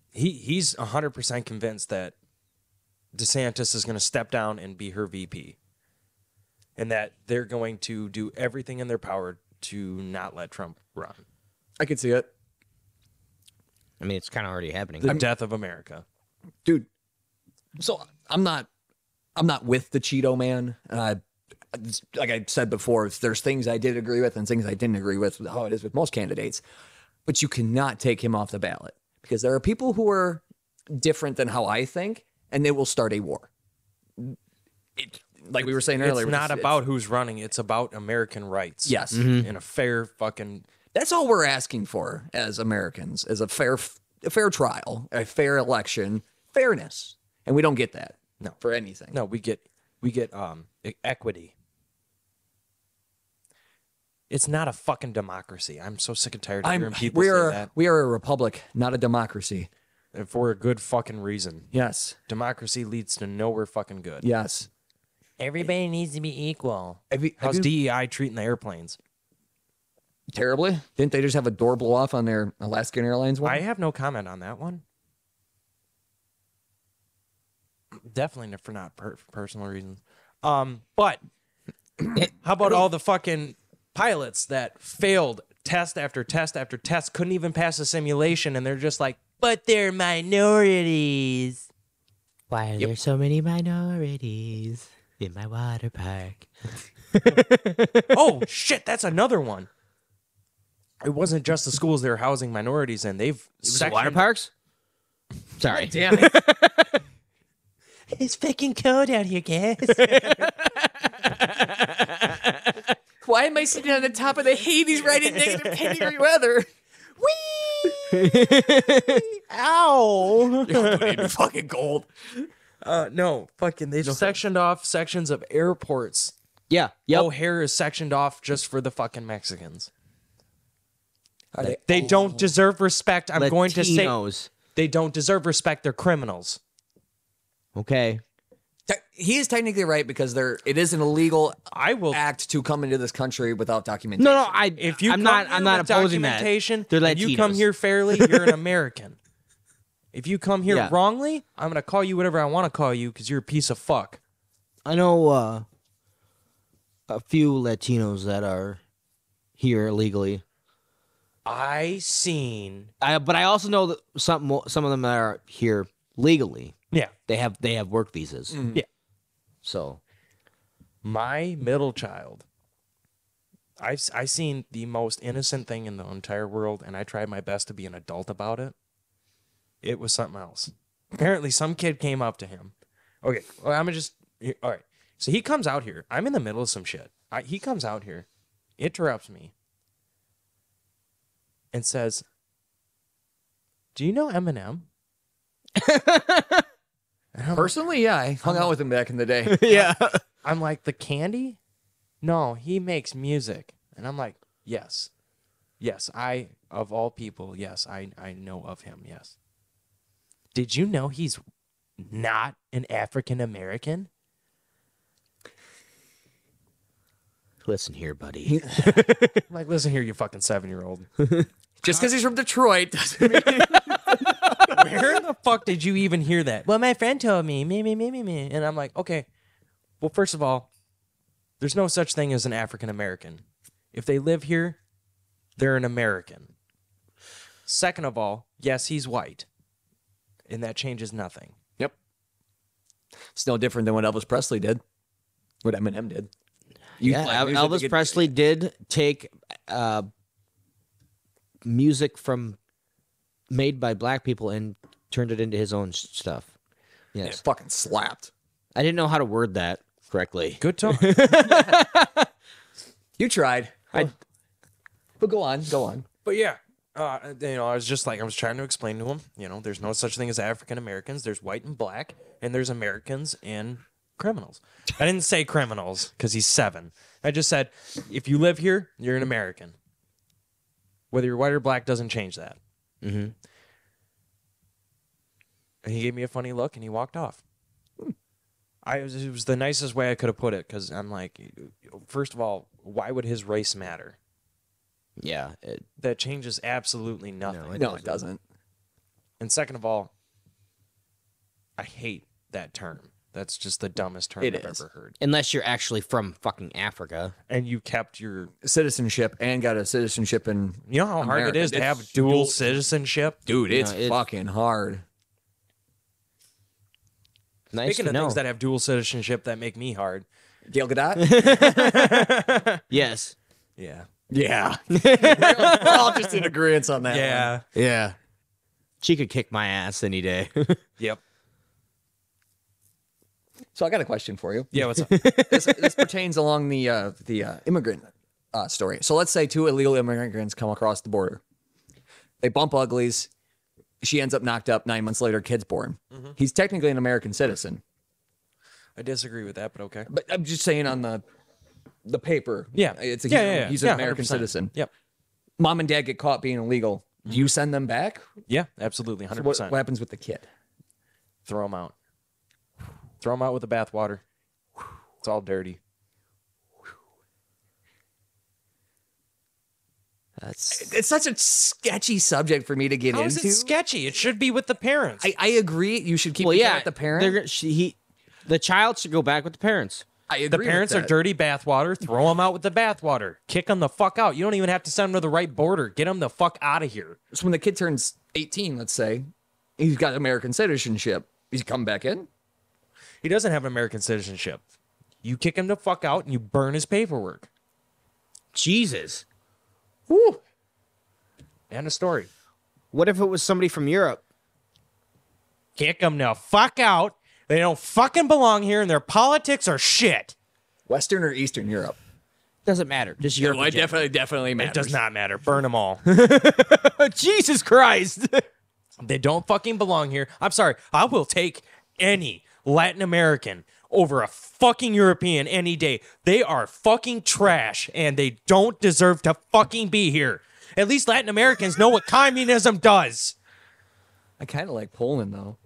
Speaker 1: He he's 100% convinced that DeSantis is going to step down and be her VP. And that they're going to do everything in their power to not let Trump run.
Speaker 2: I could see it,
Speaker 3: I mean, it's kind of already happening.
Speaker 1: The death of America.
Speaker 2: dude. So I'm not, I'm not with the Cheeto man. Uh, like I said before, there's things I did agree with and things I didn't agree with. How it is with most candidates, but you cannot take him off the ballot because there are people who are different than how I think, and they will start a war. It, like we were saying earlier,
Speaker 1: it's
Speaker 2: we're
Speaker 1: not
Speaker 2: just-
Speaker 1: about who's running. It's about American rights.
Speaker 2: Yes. Mm-hmm.
Speaker 1: in a fair fucking.
Speaker 2: That's all we're asking for as Americans is a fair a fair trial, a fair election, fairness. And we don't get that.
Speaker 1: No.
Speaker 2: For anything.
Speaker 1: No, we get we get um e- equity. It's not a fucking democracy. I'm so sick and tired of
Speaker 2: I'm
Speaker 1: hearing people
Speaker 2: we
Speaker 1: say
Speaker 2: are
Speaker 1: that.
Speaker 2: we are a republic, not a democracy.
Speaker 1: And for a good fucking reason.
Speaker 2: Yes.
Speaker 1: Democracy leads to nowhere fucking good.
Speaker 2: Yes.
Speaker 1: Everybody needs to be equal.
Speaker 2: Have you- have
Speaker 1: How's
Speaker 2: you-
Speaker 1: DEI treating the airplanes?
Speaker 2: Terribly. Didn't they just have a door blow off on their Alaskan Airlines one?
Speaker 1: I have no comment on that one. Definitely not- for not per- personal reasons. Um, but how about all the fucking pilots that failed test after test after test, couldn't even pass a simulation, and they're just like, but they're minorities.
Speaker 6: Why are there so many minorities in my water park?
Speaker 1: oh shit, that's another one. it wasn't just the schools they were housing minorities in. They've
Speaker 3: The water
Speaker 1: sectioned-
Speaker 3: parks? Sorry.
Speaker 2: Damn it.
Speaker 6: It's fucking cold out here, guys.
Speaker 2: Why am I sitting on the top of the Hades right at negative 10 degree weather?
Speaker 6: Ow.
Speaker 2: You're going to fucking gold.
Speaker 1: Uh, no, fucking they sectioned off sections of airports.
Speaker 3: Yeah. Yep.
Speaker 1: O'Hare is sectioned off just for the fucking Mexicans. They, they don't deserve respect. I'm going to say
Speaker 3: Latinos.
Speaker 1: they don't deserve respect. They're criminals.
Speaker 3: Okay.
Speaker 2: Te- He is technically right because there it is an illegal
Speaker 1: I will.
Speaker 2: act to come into this country without documentation.
Speaker 3: No, no. I.
Speaker 1: If you
Speaker 3: Ah, I'm
Speaker 1: come
Speaker 3: not.
Speaker 1: here
Speaker 3: I'm not
Speaker 1: with
Speaker 3: opposing that.
Speaker 1: documentation,
Speaker 3: They're
Speaker 1: and You come
Speaker 3: Latinos.
Speaker 1: here fairly. You're an American. If you come here
Speaker 3: Yeah.
Speaker 1: wrongly, I'm gonna call you whatever I want to call you because you're a piece of fuck.
Speaker 3: I know uh, a few Latinos that are here illegally.
Speaker 1: I seen.
Speaker 3: I, but I also know that some mo- some of them that are here legally.
Speaker 1: Yeah.
Speaker 3: They have they have work visas.
Speaker 1: Yeah.
Speaker 3: So
Speaker 1: my middle child i've s- i seen the most innocent thing in the entire world and i tried my best to be an adult about it it was something else apparently some kid came up to him okay well, i'm gonna just here- all right so he comes out here i'm in the middle of some shit I, he comes out here interrupts me and says do you know eminem
Speaker 2: Personally, yeah, I hung out with him back in the day.
Speaker 3: yeah.
Speaker 1: I'm like, the candy? No, he makes music. And I'm like, yes. Yes, I, of all people, yes, I, I know of him, yes. Did you know he's not an African American?
Speaker 3: Listen here, buddy.
Speaker 1: I'm like, listen here, you fucking seven year old.
Speaker 2: Just because he's from Detroit doesn't mean
Speaker 1: Where the fuck did you even hear that? Well, my friend told me, me, me, me, me, me. And I'm like, okay. Well, first of all, there's no such thing as an African American. If they live here, they're an American. Second of all, yes, he's white. And that changes nothing.
Speaker 2: Yep. It's no different than what Elvis Presley did, what Eminem did. You-
Speaker 3: Yeah,
Speaker 2: like,
Speaker 3: Elvis
Speaker 2: you said they
Speaker 3: Elvis
Speaker 2: could-
Speaker 3: Presley did take uh, music from made by black people and turned it into his own s- stuff.
Speaker 2: it
Speaker 3: Yes,
Speaker 2: fucking slapped.
Speaker 3: I didn't know how to word that correctly.
Speaker 1: Good talk.
Speaker 2: You tried. I, but go on, go on.
Speaker 1: But yeah, uh, you know, I was just like, I was trying to explain to him, you know, there's no such thing as African Americans. There's white and black, and there's Americans and criminals. I didn't say criminals because he's seven. I just said, if you live here, you're an American. Whether you're white or black doesn't change that. And he gave me a funny look and he walked off. I it was, it was the nicest way I could have put it because I'm like, first of all, why would his race matter?
Speaker 3: Yeah, it,
Speaker 1: That changes absolutely nothing.
Speaker 2: no, it doesn't.
Speaker 1: And second of all, I hate that term. That's just the dumbest term
Speaker 2: It
Speaker 1: I've
Speaker 2: is.
Speaker 1: ever heard.
Speaker 3: unless you're actually from fucking Africa.
Speaker 1: And you kept your,
Speaker 2: Citizenship and got a citizenship in.
Speaker 1: you know how hard it
Speaker 2: America.
Speaker 1: is to
Speaker 2: It's
Speaker 1: have dual,
Speaker 2: dual-
Speaker 1: citizenship.
Speaker 2: Dude, it's
Speaker 3: No, it-
Speaker 2: fucking hard.
Speaker 3: Nice
Speaker 1: Speaking
Speaker 3: to
Speaker 1: of
Speaker 3: know.
Speaker 1: things that have dual citizenship that make me hard.
Speaker 2: Gail Gadot?
Speaker 3: yes,
Speaker 1: Yeah.
Speaker 2: yeah. We're all just in agreement on that.
Speaker 1: Yeah.
Speaker 2: one. Yeah.
Speaker 3: she could kick my ass any day.
Speaker 1: Yep.
Speaker 2: So I got a question for you.
Speaker 1: Yeah. What's up?
Speaker 2: this, this pertains along the uh, the uh, immigrant uh, story. So let's say two illegal immigrants come across the border. They bump uglies. She ends up knocked up. Nine months later, kid's born.
Speaker 1: Mm-hmm.
Speaker 2: He's technically an American citizen,
Speaker 1: I disagree with that, but okay.
Speaker 2: but I'm just saying on the the paper.
Speaker 1: Yeah.
Speaker 2: it's a,
Speaker 1: yeah,
Speaker 2: he's,
Speaker 1: yeah, yeah.
Speaker 2: he's
Speaker 1: Yeah,
Speaker 2: an American
Speaker 1: 100%.
Speaker 2: citizen.
Speaker 1: Yep.
Speaker 2: Mom and dad get caught being illegal.
Speaker 1: Mm-hmm.
Speaker 2: Do you send them back?
Speaker 1: Yeah. Absolutely. 100%.
Speaker 2: What, what happens with the kid?
Speaker 1: Throw them out. Throw them out with the bathwater. It's all dirty.
Speaker 3: That's
Speaker 2: It's such a sketchy subject for me to get
Speaker 1: How is
Speaker 2: into.
Speaker 1: it sketchy? It should be with the parents.
Speaker 2: I, I agree. You should keep
Speaker 3: well,
Speaker 2: it
Speaker 3: yeah.
Speaker 2: at the parent.
Speaker 3: they're gonna- she, he, the child should go back with the parents.
Speaker 2: I agree
Speaker 1: The
Speaker 2: with
Speaker 1: parents are
Speaker 2: that.
Speaker 1: dirty bathwater. Throw them out with the bathwater. Kick them the fuck out. You don't even have to send them to the right border. Get them the fuck out of here.
Speaker 2: So when the kid turns 18, let's say, he's got American citizenship. He's come back in.
Speaker 1: He doesn't have American citizenship. You kick him the fuck out and you burn his paperwork.
Speaker 3: Jesus.
Speaker 2: Woo.
Speaker 1: End of story.
Speaker 3: What if it was somebody from Europe?
Speaker 1: Kick them the fuck out. They don't fucking belong here, and their politics are shit.
Speaker 2: Western or Eastern Europe?
Speaker 3: Doesn't matter. Just Europe. in general.
Speaker 2: definitely, definitely matters.
Speaker 1: It does not matter. Burn them all.
Speaker 3: Jesus Christ.
Speaker 1: they don't fucking belong here. I'm sorry. I will take any Latin American over a fucking European any day. They are fucking trash and they don't deserve to fucking be here. At least Latin Americans know what communism does.
Speaker 2: I kind of like Poland though.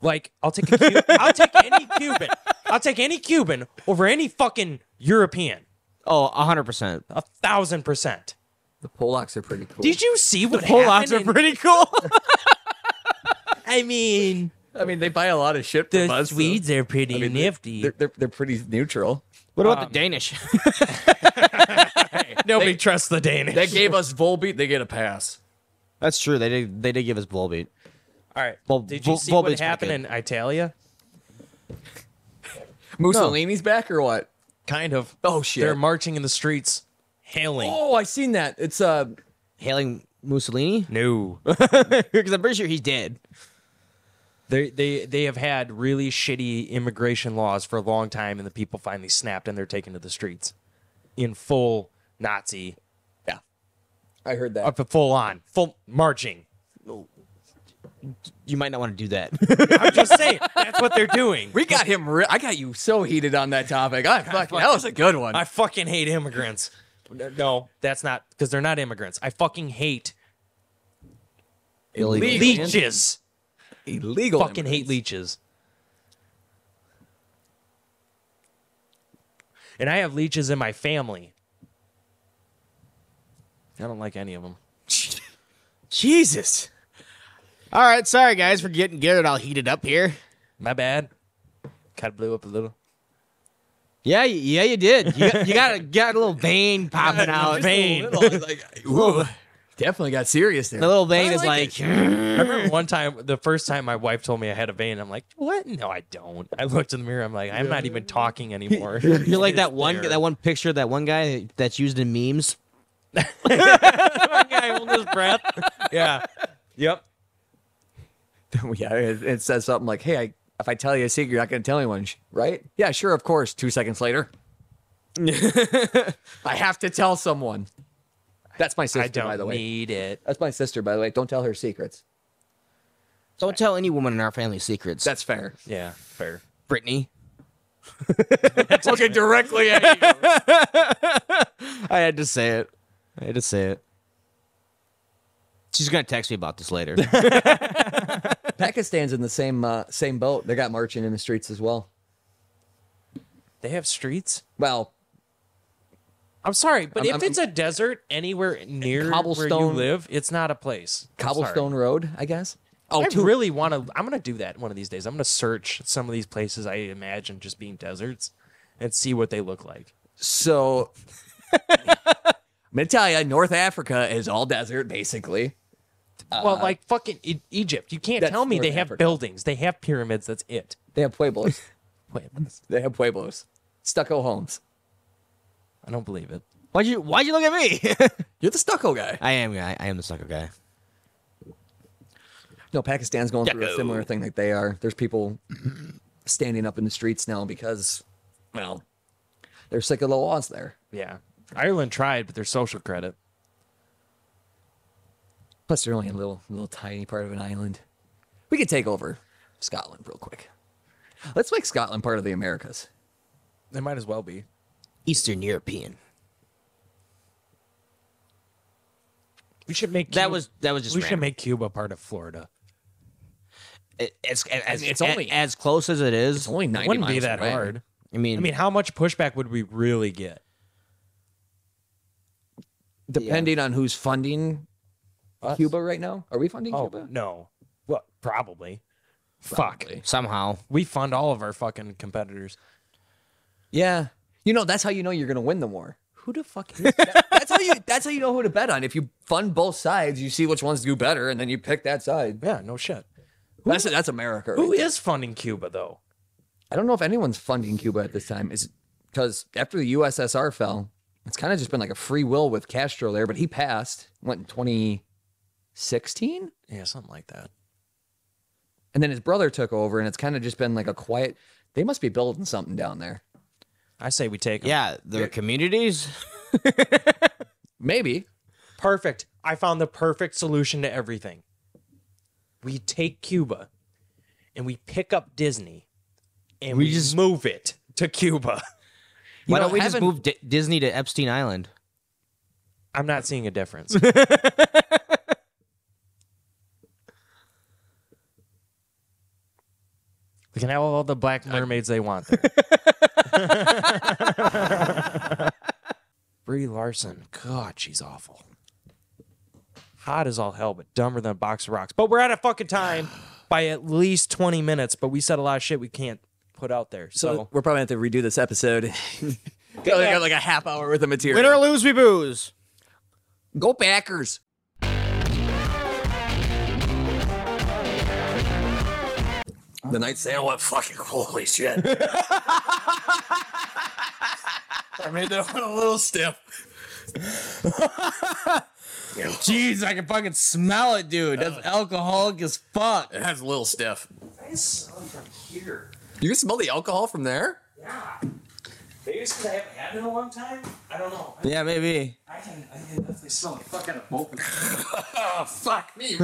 Speaker 1: Like, I'll take a Cu- I'll take any Cuban. I'll take any Cuban over any fucking European.
Speaker 3: oh, 100%.
Speaker 1: A thousand percent.
Speaker 2: The Polacks are pretty cool.
Speaker 1: Did you see what
Speaker 3: Polacks
Speaker 1: happened
Speaker 3: are
Speaker 1: in-
Speaker 3: pretty cool.
Speaker 1: I mean,
Speaker 2: I mean, they buy a lot of shit from
Speaker 1: the
Speaker 2: us, so-
Speaker 1: Swedes are pretty
Speaker 2: I mean, they're-
Speaker 1: nifty.
Speaker 2: They're, they're, they're pretty neutral.
Speaker 3: What about
Speaker 1: Um,
Speaker 3: the Danish?
Speaker 1: Nobody trusts the Danish.
Speaker 2: That gave us Volbeat. They get a pass.
Speaker 3: That's true. They did. They did give us bull beat.
Speaker 1: All right.
Speaker 3: Well,
Speaker 1: Did you
Speaker 3: Vol-
Speaker 1: see what
Speaker 3: Volbeat's
Speaker 1: happened in
Speaker 3: pretty
Speaker 1: Italia?
Speaker 2: Mussolini's back or what?
Speaker 1: Kind of.
Speaker 2: Oh shit.
Speaker 1: They're marching in the streets, hailing.
Speaker 2: oh, I seen that. It's uh,
Speaker 3: Hailing Mussolini
Speaker 1: No.
Speaker 3: because I'm pretty sure he's dead.
Speaker 1: they they they have had really shitty immigration laws for a long time, and the people finally snapped and they're taken to the streets in full Nazi,
Speaker 2: yeah. I heard that.
Speaker 1: up to full on, full marching.
Speaker 3: You might not want to do that.
Speaker 1: I'm just saying that's what they're doing.
Speaker 2: we got him. Re- I got you so heated on that topic. I fucking that was a good one.
Speaker 1: I fucking hate immigrants. No, that's not because they're not immigrants. I fucking hate
Speaker 2: Illegal.
Speaker 1: leeches.
Speaker 2: illegal.
Speaker 1: Fucking hate leeches. And I have leeches in my family. I don't like any of them.
Speaker 3: Jesus. All right, sorry guys for getting good. I'll heat it up here.
Speaker 1: My bad. Kind of blew up a little.
Speaker 3: Yeah, y- yeah, you did. You got, you got, a, got a little vein popping out.
Speaker 1: Vein.
Speaker 2: Definitely got serious there.
Speaker 3: The little vein
Speaker 2: I
Speaker 3: is like,
Speaker 2: like
Speaker 1: Remember one time, the first time my wife told me I had a vein, I'm like, what? No, I don't. I looked in the mirror. I'm like, I'm not even talking anymore.
Speaker 3: you're like that one that one picture of that one guy that's used in memes.
Speaker 1: guy holding his breath. Yeah. Yep.
Speaker 2: yeah, it, it says something like, "Hey, I, if I tell you a secret, you're not going to tell anyone, sh- right?" Yeah, sure, of course. Two seconds later, I have to tell someone. That's my
Speaker 1: I
Speaker 2: sister, by the
Speaker 1: don't
Speaker 2: way.
Speaker 1: need it.
Speaker 2: That's my sister, by the way. Don't tell her secrets.
Speaker 3: Don't tell any woman in our family secrets.
Speaker 2: That's fair.
Speaker 1: Yeah. Fair.
Speaker 3: Brittany.
Speaker 2: Looking directly at you.
Speaker 3: I had to say it. I had to say it. She's gonna text me about this later.
Speaker 2: Pakistan's in the same uh, same boat. They got marching in the streets as well.
Speaker 1: They have streets.
Speaker 2: Well,
Speaker 1: I'm sorry, but
Speaker 2: I'm-
Speaker 1: if
Speaker 2: I'm-
Speaker 1: it's a desert anywhere near where you
Speaker 2: Cobblestone-
Speaker 1: live, it's not a place. I'm sorry.
Speaker 2: cobblestone road, I guess. Oh,
Speaker 1: I
Speaker 2: two-
Speaker 1: really want to. I'm gonna do that one of these days. I'm gonna search some of these places I imagine just being deserts, and see what they look like.
Speaker 2: So I'm gonna tell you, North Africa is all desert basically.
Speaker 1: well, like fucking e- Egypt. You can't
Speaker 2: Uh, that's
Speaker 1: tell me
Speaker 2: North
Speaker 1: they have
Speaker 2: Africa.
Speaker 1: buildings. They have pyramids. That's it.
Speaker 2: They have pueblos.
Speaker 1: Wait,
Speaker 2: they have pueblos. Stucco homes.
Speaker 1: I don't believe it.
Speaker 3: why'd you Why'd you look at me?
Speaker 2: You're the stucco guy.
Speaker 3: I am. I, I am the sucker guy.
Speaker 2: No, Pakistan's going through a similar thing like they are. There's people standing up in the streets now because, well, they're sick of the laws there.
Speaker 1: Yeah, Ireland tried, but their social credit.
Speaker 2: Plus, they're only a little, little tiny part of an island. We could take over Scotland real quick. Let's make Scotland part of the Americas.
Speaker 1: They might as well be.
Speaker 3: Eastern European.
Speaker 1: We should make
Speaker 3: That
Speaker 1: Cuba-
Speaker 3: was that was just.
Speaker 1: we should
Speaker 3: random.
Speaker 1: make Cuba part of Florida.
Speaker 3: It- it's as,
Speaker 2: it's
Speaker 3: it's
Speaker 2: only-
Speaker 3: only as close as it is.
Speaker 2: It's only 90
Speaker 1: It wouldn't be
Speaker 2: miles
Speaker 1: that
Speaker 2: away.
Speaker 1: hard.
Speaker 3: I mean,
Speaker 1: I mean, how much pushback would we really get?
Speaker 2: Depending on who's funding Cuba right now. Are we funding
Speaker 1: Oh
Speaker 2: Cuba?
Speaker 1: no. Well, probably.
Speaker 2: Probably.
Speaker 1: Fuck.
Speaker 3: somehow
Speaker 1: We fund all of our fucking competitors.
Speaker 2: Yeah. You know, that's how you know you're gonna win the war. Who the fuck is that? that's how you that's how you know who to bet on. If you fund both sides, you see which ones do better and then you pick that side.
Speaker 1: Yeah, no shit.
Speaker 2: That's that's America. right
Speaker 1: Who
Speaker 2: there.
Speaker 1: is funding Cuba though?
Speaker 2: I don't know if anyone's funding Cuba at this time. Is because after the USSR fell, It's kind of just been like a free will with Castro there, but he passed, went in 2016.
Speaker 1: Yeah, something like that.
Speaker 2: And then his brother took over, and it's kind of just been like a quiet. They must be building something down there.
Speaker 1: I say we take 'em.
Speaker 3: Yeah, their communities.
Speaker 2: Maybe.
Speaker 1: Perfect. I found the perfect solution to everything. We take Cuba and we pick up Disney and we, just move it to Cuba.
Speaker 3: Why
Speaker 2: know,
Speaker 3: don't we just
Speaker 2: having-
Speaker 3: move D- Disney to Epstein Island?
Speaker 1: I'm not seeing a difference. we can have all the black mermaids they want there. Brie Larson. God, she's awful. Hot as all hell, but dumber than a box of rocks. But we're out of fucking time by at least 20 minutes, but we said a lot of shit we can't put out there.
Speaker 7: So
Speaker 1: So,
Speaker 7: we're probably gonna have to redo this episode. got, like, got like a half hour worth of material.
Speaker 3: Win or lose, we booze.
Speaker 2: Go Packers.
Speaker 7: The night sale went fucking holy shit. I made that one a little stiff.
Speaker 3: Jeez, I can fucking smell it, dude. That's alcoholic as fuck.
Speaker 7: It has a little stiff. I smell from here. You can smell the alcohol from there?
Speaker 1: maybe it's because I haven't had it in a long time. I don't know.
Speaker 3: Yeah, maybe.
Speaker 1: I can, I can definitely smell the fuck out of both.
Speaker 7: Oh, fuck me,